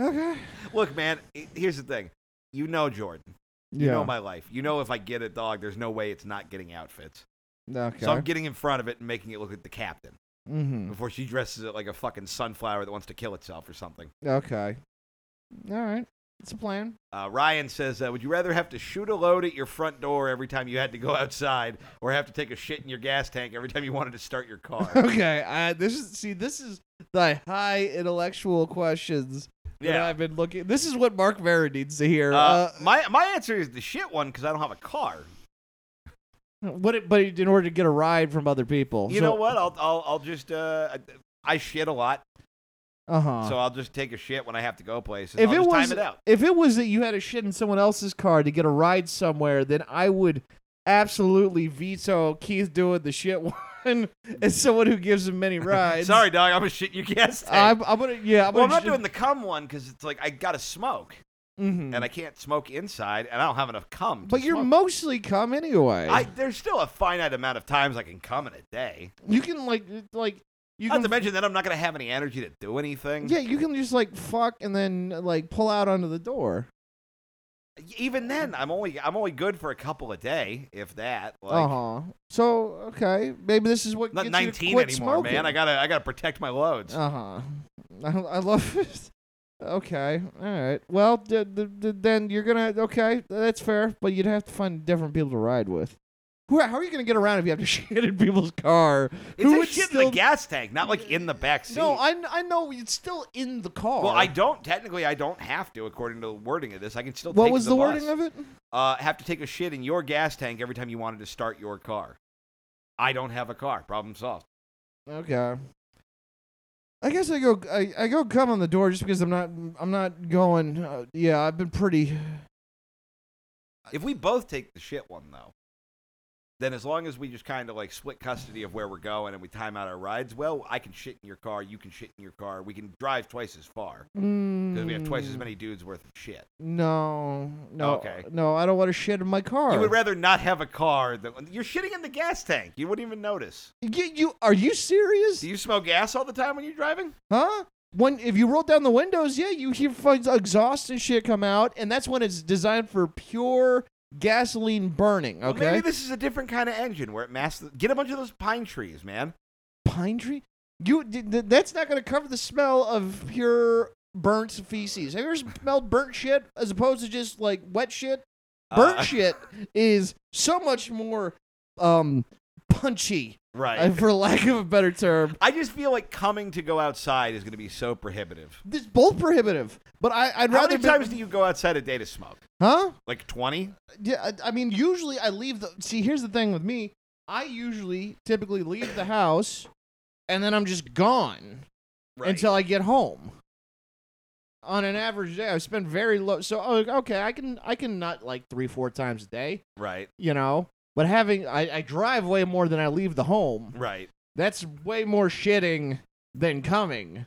Okay. Look, man. i- Here's the thing. You know Jordan. You Yeah. know my life. You know if I get a dog, there's no way it's not getting outfits. okay. So I'm getting in front of it and making it look like the captain mm-hmm. before she dresses it like a fucking sunflower that wants to kill itself or something. Okay. All right. It's a plan. Uh, Ryan says, uh, "Would you rather have to shoot a load at your front door every time you had to go [laughs] outside, or have to take a shit in your gas tank every time you wanted to start your car?" [laughs] Okay. I, this is see this is the high intellectual questions that yeah. I've been looking. This is what Mark Vera needs to hear. Uh, Uh, my my answer is the shit one because I don't have a car. what it, but in order to get a ride from other people. You know what? I'll I'll, I'll just uh, I, I shit a lot, Uh huh. so I'll just take a shit when I have to go places. if I'll it just was time it out. if it was that you had a shit in someone else's car to get a ride somewhere, then I would absolutely veto Keith doing the shit [laughs] one as someone who gives him [laughs] many rides. Sorry, dog. I'm a shit in your gas tank. I'm, I'm gonna yeah. I'm well, I'm gonna not doing the cum one because it's like I gotta smoke. Mhm. and I can't smoke inside, and I don't have enough cum. to but you're smoke. mostly cum anyway. I, there's still a finite amount of times I can cum in a day. you can like like you Not can to mention that I'm not gonna have any energy to do anything. yeah you can just like fuck and then like pull out onto the door. Even then, I'm only I'm only good for a couple a day, if that. Like, uh huh. So okay, maybe this is what I'm not gets you to 19 quit anymore, smoking. man. I gotta I gotta protect my loads. Uh huh. I, Uh-huh. [laughs] I love it. Okay. All right. Well, d- d- d- then you're gonna. Okay, that's fair. But you'd have to find different people to ride with. Who? How are you gonna get around if you have to [laughs] shit in people's car? it's Who a would shit in still- the gas tank, not like in the back seat. No, I I know it's still in the car. well, I don't technically. I don't have to, according to the wording of this. I can still. What take was the, wording of it? Uh, have to take a shit in your gas tank every time you wanted to start your car. I don't have a car. Problem solved. Okay. I guess I go I, I go come on the door just because I'm not I'm not going. Uh, yeah, I've been pretty. If we both take the shit one though, then as long as we just kind of like split custody of where we're going and we time out our rides, well, I can shit in your car, you can shit in your car, we can drive twice as far because we have twice as Mm, many dudes worth of shit. No, no, Okay. no. I don't want to shit in my car. You would rather not have a car than you're shitting in the gas tank. You wouldn't even notice. You, you are you serious? Do you smell gas all the time when you're driving? huh? When if you roll down the windows, yeah, you hear fucking exhaust and shit come out, and that's when it's designed for pure gasoline burning. Well, Okay, maybe this is a different kind of engine where it masks. The, get a bunch of those pine trees, man. pine tree. You d- d- that's not going to cover the smell of pure burnt feces. Have you ever smelled burnt shit as opposed to just like wet shit? Burnt [laughs] Uh, shit is so much more um punchy, Right. uh, for lack of a better term. I just feel like coming to go outside is going to be so prohibitive. This both prohibitive, but I, I'd How rather many be- times do you go outside a day to smoke? huh? Like 20? Yeah, I, I mean, usually I leave the. See, here's the thing with me. I usually typically leave the house, and then I'm just gone until I get home. On an average day, I spend very low. So oh, okay, I can I can not like three four times a day, Right, you know. But having I, I drive way more than I leave the home. right. That's way more shitting than coming.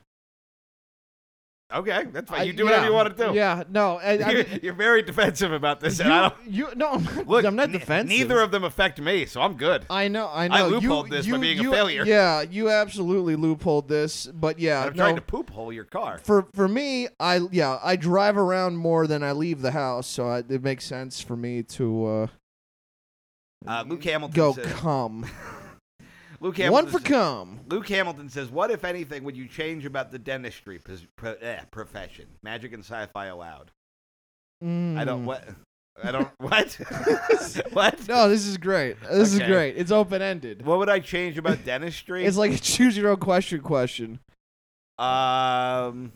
Okay, that's fine. I- Oh, You do whatever yeah, you want to do. Yeah, no, I, [laughs] I You're, mean, you're very defensive about this, and I don't you, you no, [laughs] I'm not, look. I'm not ne- defensive. Uh, Neither of them affect me, so I'm good. I know, I know. I You- loopholed this by you- being a you- failure. Yeah, you absolutely loopholed this, but yeah, I'm no. trying to poop hole your car. for for me, I yeah, I drive around more than I leave the house, so I, it makes sense for me to uh, Uh, Luke Hamilton go says. [laughs] cum. Luke One Hamilton for says- cum. Luke Hamilton says, "What if anything would you change about the dentistry pos- pro- eh, profession? Magic and sci-fi allowed. I don't Mm. what. I don't [laughs] what what. No, this is great. This is Okay. great. It's open ended. What would I change about dentistry? It's like a [laughs] choose your own question question. um,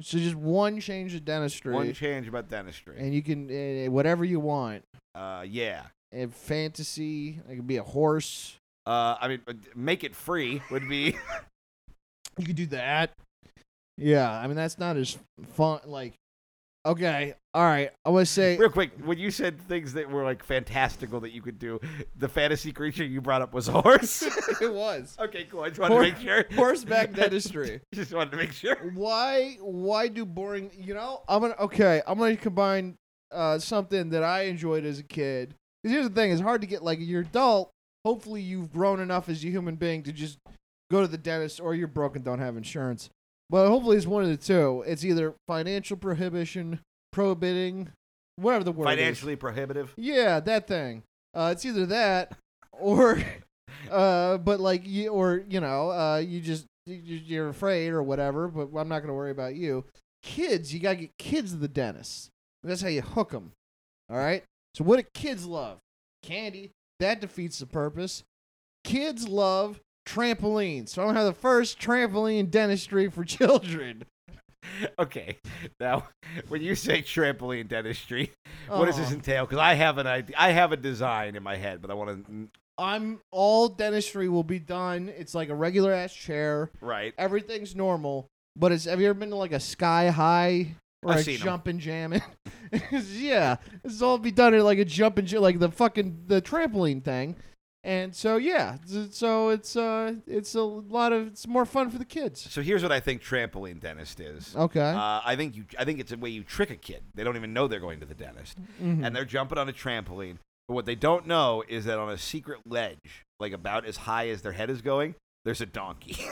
So just one change of dentistry, one change about dentistry. and you can uh, whatever you want. Uh, yeah. And fantasy, it could be a horse. Uh, I mean, uh, make it free [laughs] would be You could do that. Yeah, I mean that's not as fun. Like, okay, all right. I want to [laughs] say [laughs] real quick. When you said things that were like fantastical that you could do, the fantasy creature you brought up was a horse. [laughs] it [laughs] was okay, cool. I just wanted Hor- to make sure. [laughs] horseback [laughs] dentistry. just wanted to make sure. why why do boring you know i'm gonna okay i'm gonna combine uh something that i enjoyed as a kid 'Cause here's the thing it's hard to get like you're adult hopefully you've grown enough as a human being to just go to the dentist or you're broke and don't have insurance but hopefully it's one of the two it's either financial prohibition prohibiting whatever the word is. Financially prohibitive. yeah that thing uh it's either that or [laughs] uh, but like you or you know, uh, you just you- you're afraid or whatever. But I'm not gonna worry about you. Kids, you gotta get kids to the dentist. That's how you hook them. All right. So what do kids love? Candy. That defeats the purpose. Kids love trampolines. So I'm gonna have the first trampoline dentistry for [laughs] children. Okay, now [laughs] when you say trampoline dentistry, what does this Aw. entail? Because I have an idea. I have a design in my head, but I want to. I'm all dentistry will be done. It's like a regular ass chair. Right. everything's normal, but it's have you ever been to like a sky high or I've a seen 'em. jump and jamming? [laughs] yeah, this all be done at like a jump and jam, like the fucking the trampoline thing. And so yeah, s- so it's uh it's a lot of it's more fun for the kids. So here's what I think trampoline dentist is. Okay. Uh, I think you. I think it's a way you trick a kid. They don't even know they're going to the dentist, Mhm. and they're jumping on a trampoline. But what they don't know is that on a secret ledge, like about as high as their head is going, there's a donkey. [laughs]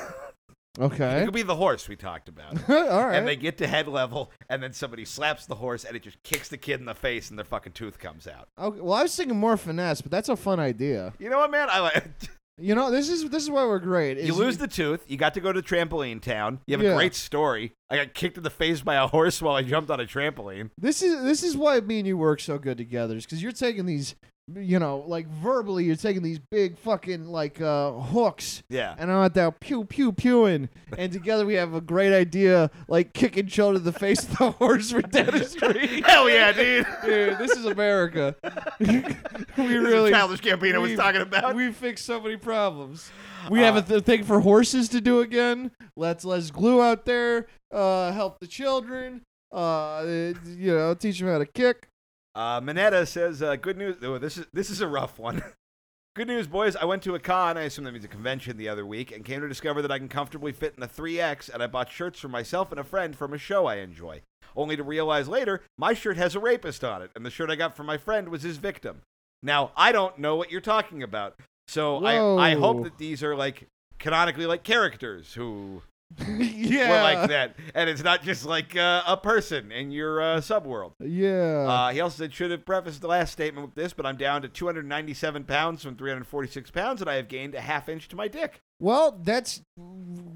it okay. [laughs] could be the horse we talked about. all right. And they get to head level, and then somebody slaps the horse, and it just kicks the kid in the face, and their fucking tooth comes out. okay. Well, I was thinking more finesse, but that's a fun idea. You know what, man? I like. [laughs] You know, this is this is why we're great. You lose the tooth. You got to go to trampoline town. You have Yeah. a great story. I got kicked in the face by a horse while I jumped on [laughs] a trampoline. This is this is why me and you work so good together, is because you're taking these, you know, like verbally, you're taking these big fucking like uh, hooks, Yeah. and I'm at that pew pew pewing, and together we have a great idea, like kicking children in the face with the [laughs] horse for [laughs] dentistry. Hell yeah, dude. Dude, this is [laughs] America. [laughs] we This is really childish Gambino was we- talking about. Uh, We fixed so many problems. We have a th- thing for horses to do again. Let's let's glue out there. Uh, help the children. Uh, you know, teach them how to kick. [laughs] Uh, Minetta says, uh, "Good news. Oh, this is this is a rough one. [laughs] Good news, boys. I went to a con. I assume that means a convention the other week, and came to discover that I can comfortably fit in a 3x. And I bought shirts for myself and a friend from a show I enjoy. Only to realize later, my shirt has a rapist on it, and the shirt I got from my friend was his victim. Now I don't know what you're talking about. So I I Whoa. hope that these are like canonically like characters who yeah. were like that, and it's not just like uh, a person in your uh, subworld." Yeah. Uh, he also said, should have prefaced the last statement with this, but I'm down to 297 pounds from 346 pounds, and I have gained a half inch to my dick. well, that's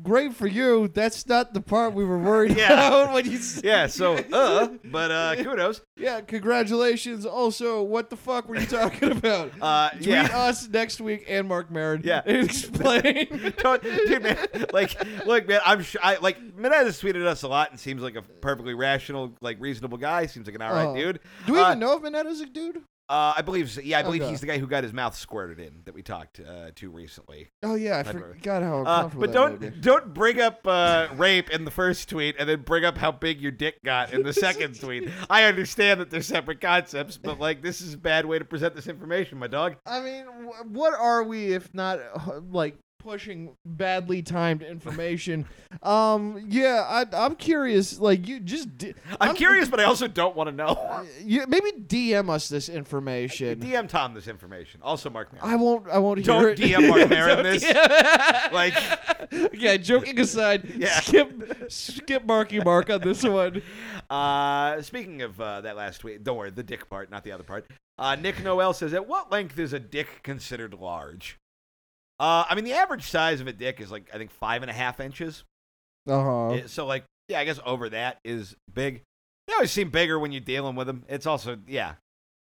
great for you. That's not the part we were worried [laughs] Yeah. about when you. s- Yeah, so, uh, [laughs] but uh, kudos. Yeah. Congratulations. Also, what the fuck were you talking [laughs] about? Uh, Tweet yeah. us next week and Mark Maron. Yeah. and [laughs] explain. [laughs] Don't- dude, man, like, look, man, I'm sure, I, like, Menetta's tweeted us a lot and seems like a perfectly rational, like, reasonable guy. Seems like an alright Uh, dude. Do we Uh, even know if Manetta's a dude? Uh, I believe, so. yeah, I believe Okay. he's the guy who got his mouth squirted in that we talked uh, to recently. Oh yeah, I I'd rather- forgot how Uh, uncomfortable. but that don't made me. don't bring up uh, rape in the first tweet and then bring up how big your dick got in the second tweet. I understand that they're separate concepts, but like this is a bad way to present this information, my dog. I mean, wh- what are we if not uh, like pushing badly timed [laughs] information? um, yeah, I, I'm curious. Like you just, di- I'm, curious, but I also don't want to know. You, maybe DM us this information. DM Tom this information. Also, Mark. Maron. I won't. I won't Don't hear it. [laughs] DM Mark Maron this. DM. [laughs] Like, [laughs] yeah, joking aside, [laughs] Yeah. skip skip Marky Mark on this [laughs] one. uh, speaking of uh, that last tweet, don't worry, the dick part, not the other part. Uh, Nick Noel says, "At what length is a dick considered large?" Uh, I mean, the average size of a dick is like I think five and a half inches. Uh huh. Yeah, so like, yeah, I guess over that is big. They always seem bigger when you're dealing with them. It's also, yeah,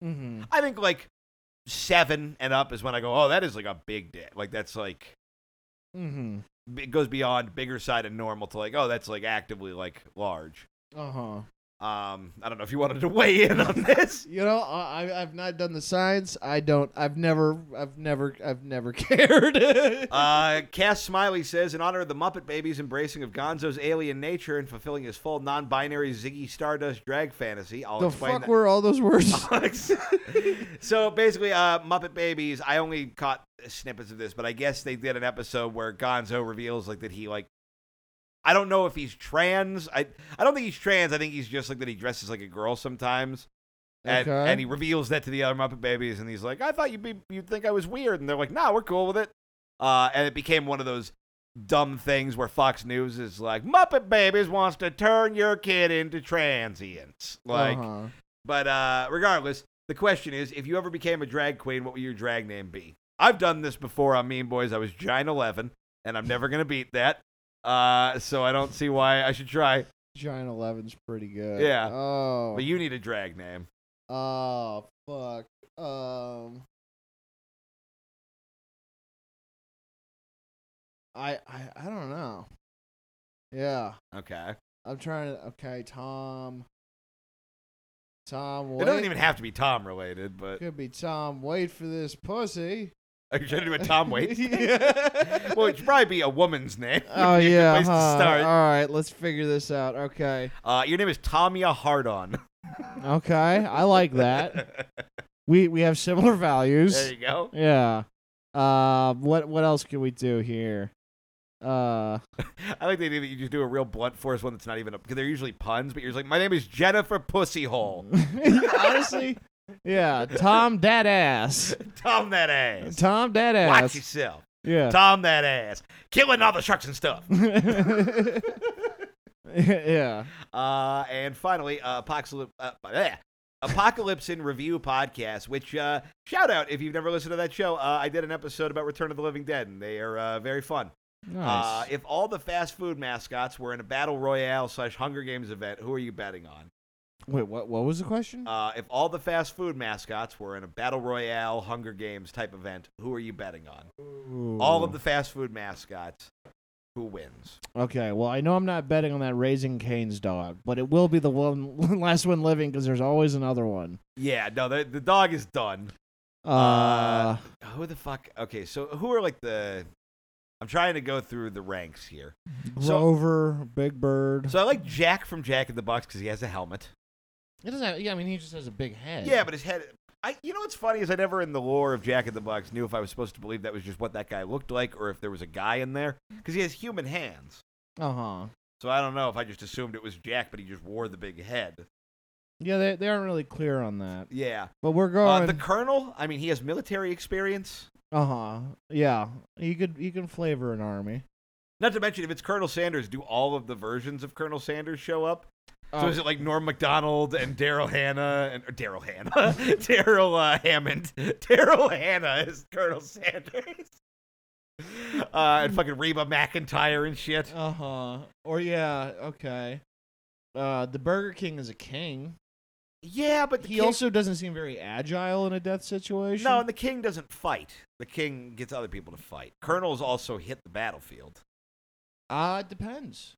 Mm-hmm. I think like seven and up is when I go, oh, that is like a big dick. Like that's like Mm-hmm. it goes beyond bigger side of normal to like, oh, that's like actively like large. Uh huh. Um, I don't know if you [laughs] wanted to weigh in on this. You know, I, I- I've not done the science. I don't. I've never. I've never. I've never [laughs] cared. [laughs] Uh, Cass Smiley says, in honor of the Muppet Babies' embracing of Gonzo's alien nature and fulfilling his full non-binary Ziggy Stardust drag fantasy, I'll the explain fuck that. were all those words? Alex. so basically, uh, Muppet Babies. I only caught snippets of this, but I guess they did an episode where Gonzo reveals like that he like. I don't know if he's trans. I I don't think he's trans. I think he's just like that. He dresses like a girl sometimes, and Okay. and he reveals that to the other Muppet Babies, and he's like, "I thought you'd be you'd think I was weird," and they're like, "Nah, we're cool with it." Uh, and it became one of those dumb things where Fox News is like, "Muppet Babies wants to turn your kid into transients." [laughs] Like, Uh-huh. but uh, regardless, the question is if you ever became a drag queen, what would your drag name be? I've done this before on Mean Boys. I was Giant 11, and I'm never going to beat that. Uh, so I don't see why I should try. Giant Eleven's pretty good. Yeah. Oh. But you need a drag name. oh fuck. Um. I I I don't know. Yeah, Okay. I'm trying to. Okay, Tom. Tom. Wait. It doesn't even have to be Tom [laughs] related, but Could be Tom. Wait for this pussy. are you trying to do a Tom [laughs] Waits? Yeah. [laughs] [laughs] well, it should probably be a woman's name. [laughs] Oh Be a good yeah. place to huh. start. All right, let's figure this out. Okay. Uh, your name is Tamia Hardon. Okay. I like that. We we have similar [laughs] there values. you go. Yeah. Uh, what what else can we do here? Uh, [laughs] I like the idea that you just do a real blunt force one that's not even a. Because they're usually puns, but you're just like, my name is Jennifer Pussyhole. honestly, yeah. Tom that ass. Tom that ass. Tom that Watch ass. yourself. Yeah. Tom that ass. Killing all the sharks and stuff. [laughs] yeah. Uh, and finally, uh, Apocalypse, uh, bleh. Apocalypse in Review podcast, which uh, shout out if you've never listened to that show. Uh, I did an episode about Return of the Living Dead, and they are uh, very fun. Uh, Nice. if all the fast food mascots were in a battle royale slash Hunger Games event, who are you betting on? Wait, what what was the question? Uh, if all the fast food mascots were in a battle royale Hunger Games type event, who are you betting on? All of the fast food mascots, who wins? Okay, well, I know I'm not betting on that Raising Cane's dog, but it will be the one [laughs] last one living because there's always another one. Yeah, no, the, the dog is done. Uh, Uh, Who the fuck? Okay, so who are like the? I'm trying to go through the ranks here. so- Grover, Big Bird. So I like Jack from Jack in the Box because he has a helmet. it doesn't. Have, yeah, I mean, he just has a big head. Yeah, but his head. I, you know what's funny is I never in the lore of Jack in the Box knew if I was supposed to believe that was just what that guy looked like or if there was a guy in there because he has human hands. uh huh. So I don't know if I just assumed it was Jack, but he just wore the big head. Yeah, they they aren't really clear on that, Yeah. but we're Uh, going. the Colonel. I mean, he has military experience. Uh huh. Yeah, he could he can flavor an army. Not to mention, if it's Colonel Sanders, do all of the versions of Colonel Sanders show up? So Oh. is it like Norm Macdonald and Daryl Hannah and or Daryl Hannah, [laughs] Daryl uh, Hammond, [laughs] Daryl Hannah is Colonel Sanders, [laughs] uh, and fucking Reba McIntyre and shit. Uh huh. Or yeah, okay. Uh, the Burger King is a king. Yeah, but the He king, also doesn't seem very agile in a death situation. no, and the king doesn't fight. The king gets other people to fight. Colonels also hit the battlefield. uh, it depends.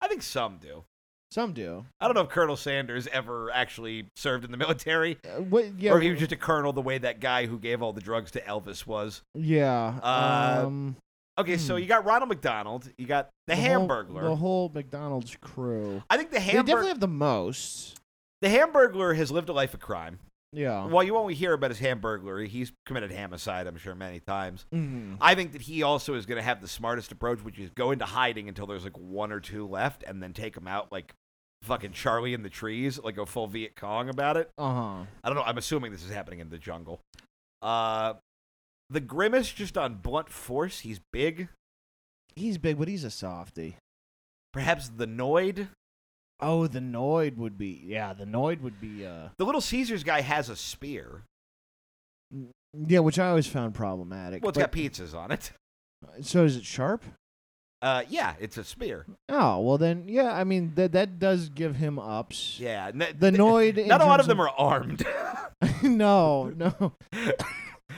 I think some do. Some do. I don't know if Colonel Sanders ever actually served in the [laughs] military, Uh, what? Yeah. or if he was just a colonel the way that guy who gave all the drugs to Elvis was. Yeah. Uh, um, Okay, so Hmm. you got Ronald McDonald, you got the, whole- Hamburglar. the whole McDonald's crew. I think the They definitely Hamburg have the most. the Hamburglar has lived a life of crime. Yeah. While you only hear about his Hamburglar, he's committed homicide, I'm sure, many times. Mhm. I think that he also is going to have the smartest approach, which is go into hiding until there's like one or two left, and then take them out like fucking Charlie in the trees, like a full Viet Cong about it. Uh-huh. I don't know. I'm assuming this is happening in the jungle. Uh, the Grimace, just on blunt force, he's big. He's big, but he's a softy. Perhaps the Noid. Oh, the Noid would be. Yeah, the Noid would be. uh The Little Caesars guy has a spear. Yeah, which I always found problematic. Well, it's but- got pizzas on it. So is it sharp? Uh, yeah, it's a spear. Oh well, then yeah. I mean that that does give him ups. Yeah, n- The th- Noid. in Not a lot terms of them are armed. [laughs] [laughs] no, no. [laughs]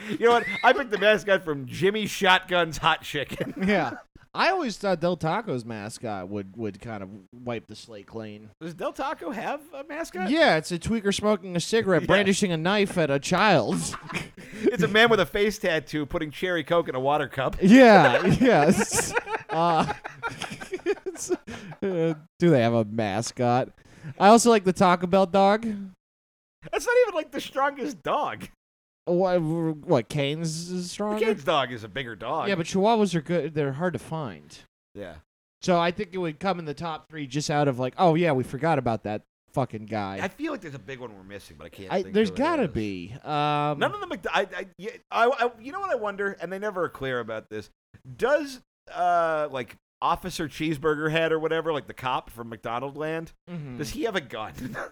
you know what? I picked the mascot from Jimmy Shotgun's Hot Chicken. [laughs] Yeah. I always thought Del Taco's mascot would would kind of wipe the slate clean. Does Del Taco have a mascot? Yeah, it's a tweaker smoking a cigarette, Yeah. brandishing a knife at a [laughs] child. It's a man with a face tattoo putting cherry coke in a water cup. [laughs] yeah, yes. Uh, [laughs] it's- uh, do they have a mascot? I also like the Taco Bell dog. That's not even like the strongest dog. What, what Canes is stronger? Kid's dog is a bigger dog. Yeah, but Chihuahuas are good. They're hard to find. yeah. So I think it would come in the top three just out of like, oh yeah, we forgot about that fucking guy. I feel like there's a big one we're missing, but I can't. I, think there's who it got to is. be. Um, None of the McDo- I, I, yeah, I, I, you know what I wonder, and they never are clear about this. Does uh like Officer Cheeseburger Head or whatever, like the cop from McDonald Land, Mhm. does he have a gun? [laughs]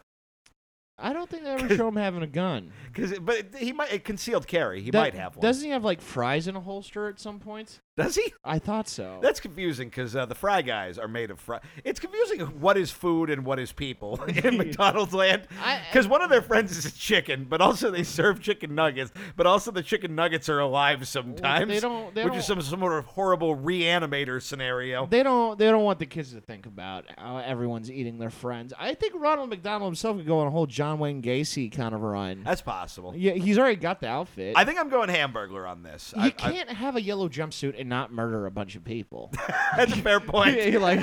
I don't think they ever show him having a gun. Because, but it- he might it concealed carry. He Do- might have one. Doesn't he have like fries in a holster at some point? Does he? I thought so. That's confusing because uh, the fry guys are made of fry. It's confusing what is food and what is people [laughs] in McDonald's land. I- Because one of their friends is a chicken, but also they serve chicken nuggets. But also the chicken nuggets are alive sometimes. they don't- they which don't- is some sort of horrible reanimator scenario. they don't. They don't want the kids to think about how everyone's eating their friends. I think Ronald McDonald himself could go on a whole John Wayne Gacy kind of run. That's possible. Yeah, he's already got the outfit. I think I'm going hamburger on this. you I, I- can't have a yellow jumpsuit and not murder a bunch of people. [laughs] that's a fair point. Yeah, [laughs] like,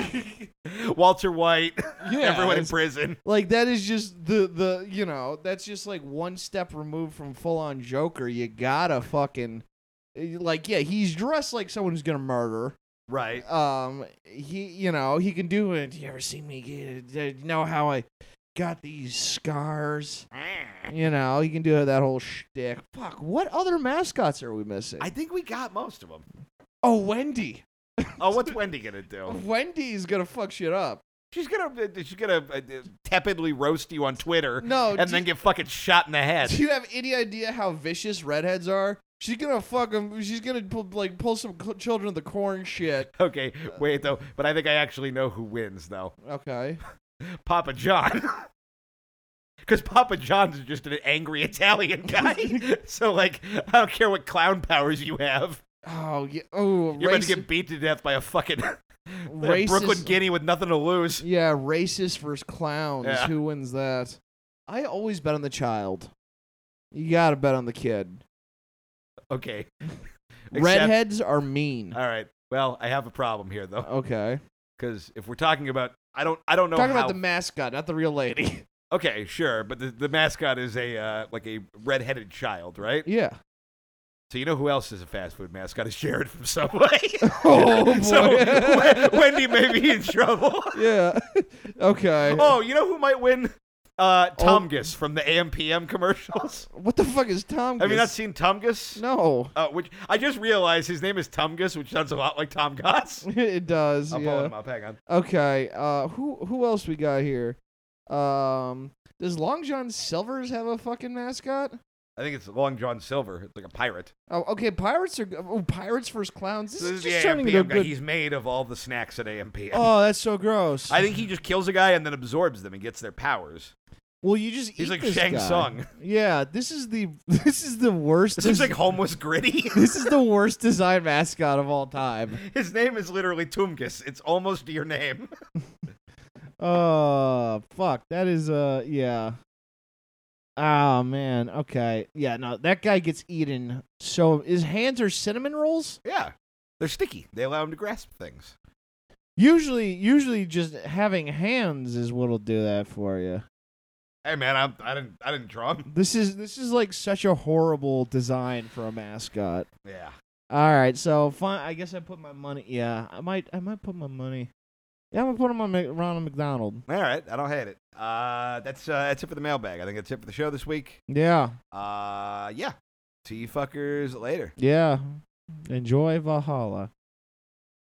[laughs] Walter White, [laughs] Yeah, everyone in it's- prison. like that is just the the you know that's just like one step removed from full on Joker. You gotta fucking eh, like yeah, he's dressed like someone who's gonna murder. Right. um he you know he can do it you ever see me get uh, you know how i got these scars you know he can do that whole shtick. fuck what other mascots are we missing I think we got most of them. oh wendy Oh, what's Wendy [laughs] gonna do? wendy's gonna fuck shit up She's gonna uh, she's gonna uh, uh, tepidly roast you on Twitter, No, and do- then get fucking shot in [laughs] the do head. you have any idea how vicious redheads are she's gonna fuck them she's gonna pull, like pull some cl- children of the corn shit Okay, wait though, but I think I actually know who wins though. okay Papa John. [laughs] Because Papa John's is just an angry [laughs] Italian guy. [laughs] so, like, I don't care what clown powers you have. oh yeah oh You're about to raci- get beat to death by a fucking [laughs] racist Brooklyn Guinea with nothing to lose. Yeah, racist versus clowns. Yeah. Who wins that? I always bet on the child. You gotta bet on the kid. [laughs] Okay. Except- Redheads are mean. All right. Well, I have a problem here, though. Okay. Because if we're talking about. I don't, I don't know Talking how about the mascot, not the real [laughs] lady. Okay, sure, but the, the mascot is a uh, like a redheaded child, right? yeah. So you know who else is a fast food mascot? Is Jared [laughs] from Subway. Oh, boy. [laughs] so W- Wendy may be in trouble. Yeah. [laughs] okay. oh, you know who might win? Uh, Oh. Tomgus from the AMPM commercials. What the fuck is Tom? Have you not Gis- seen Tomgus? No. [laughs] Uh, which I just realized his name is Tomgus, which sounds a lot like Tom Goss. it does. I'll [laughs] pull yeah. him up. Hang on. Okay. Uh, who who else we got here? Um, does Long John Silver's have a fucking mascot? I think it's Long John Silver. It's like a pirate. Oh, okay. Pirates are oh, pirates versus clowns. This So is the just turning into a AMPM guy. good He's made of all the snacks at AMPM. [laughs] Oh, that's so gross. I think he just kills a guy and then absorbs them and gets their [laughs] powers. well, you just He's eat like this Shang guy. Tsung. Yeah, this is the [laughs] this is the worst. This looks like homeless gritty. this is the worst design mascot of all time. [laughs] His name is literally Tumgus. It's almost your name. [laughs] Oh fuck, that is uh yeah. Oh man, okay, yeah. No, that guy gets eaten. So his hands are cinnamon rolls. Yeah. They're sticky. They allow him to grasp things. Usually, usually just having hands is what'll do that for you. Hey man, I'm, I didn't I didn't draw him. This is this is like such a horrible design for a mascot. Yeah. All right, so fine. I guess I put my money. Yeah, I might. I might put my money. Yeah, I'm gonna put 'em on Mc- Ronald McDonald. All right, I don't hate it. Uh, that's uh, that's it for the mailbag. I think that's it for the show this week. Yeah, Uh, yeah. See you fuckers later. yeah. Enjoy Valhalla.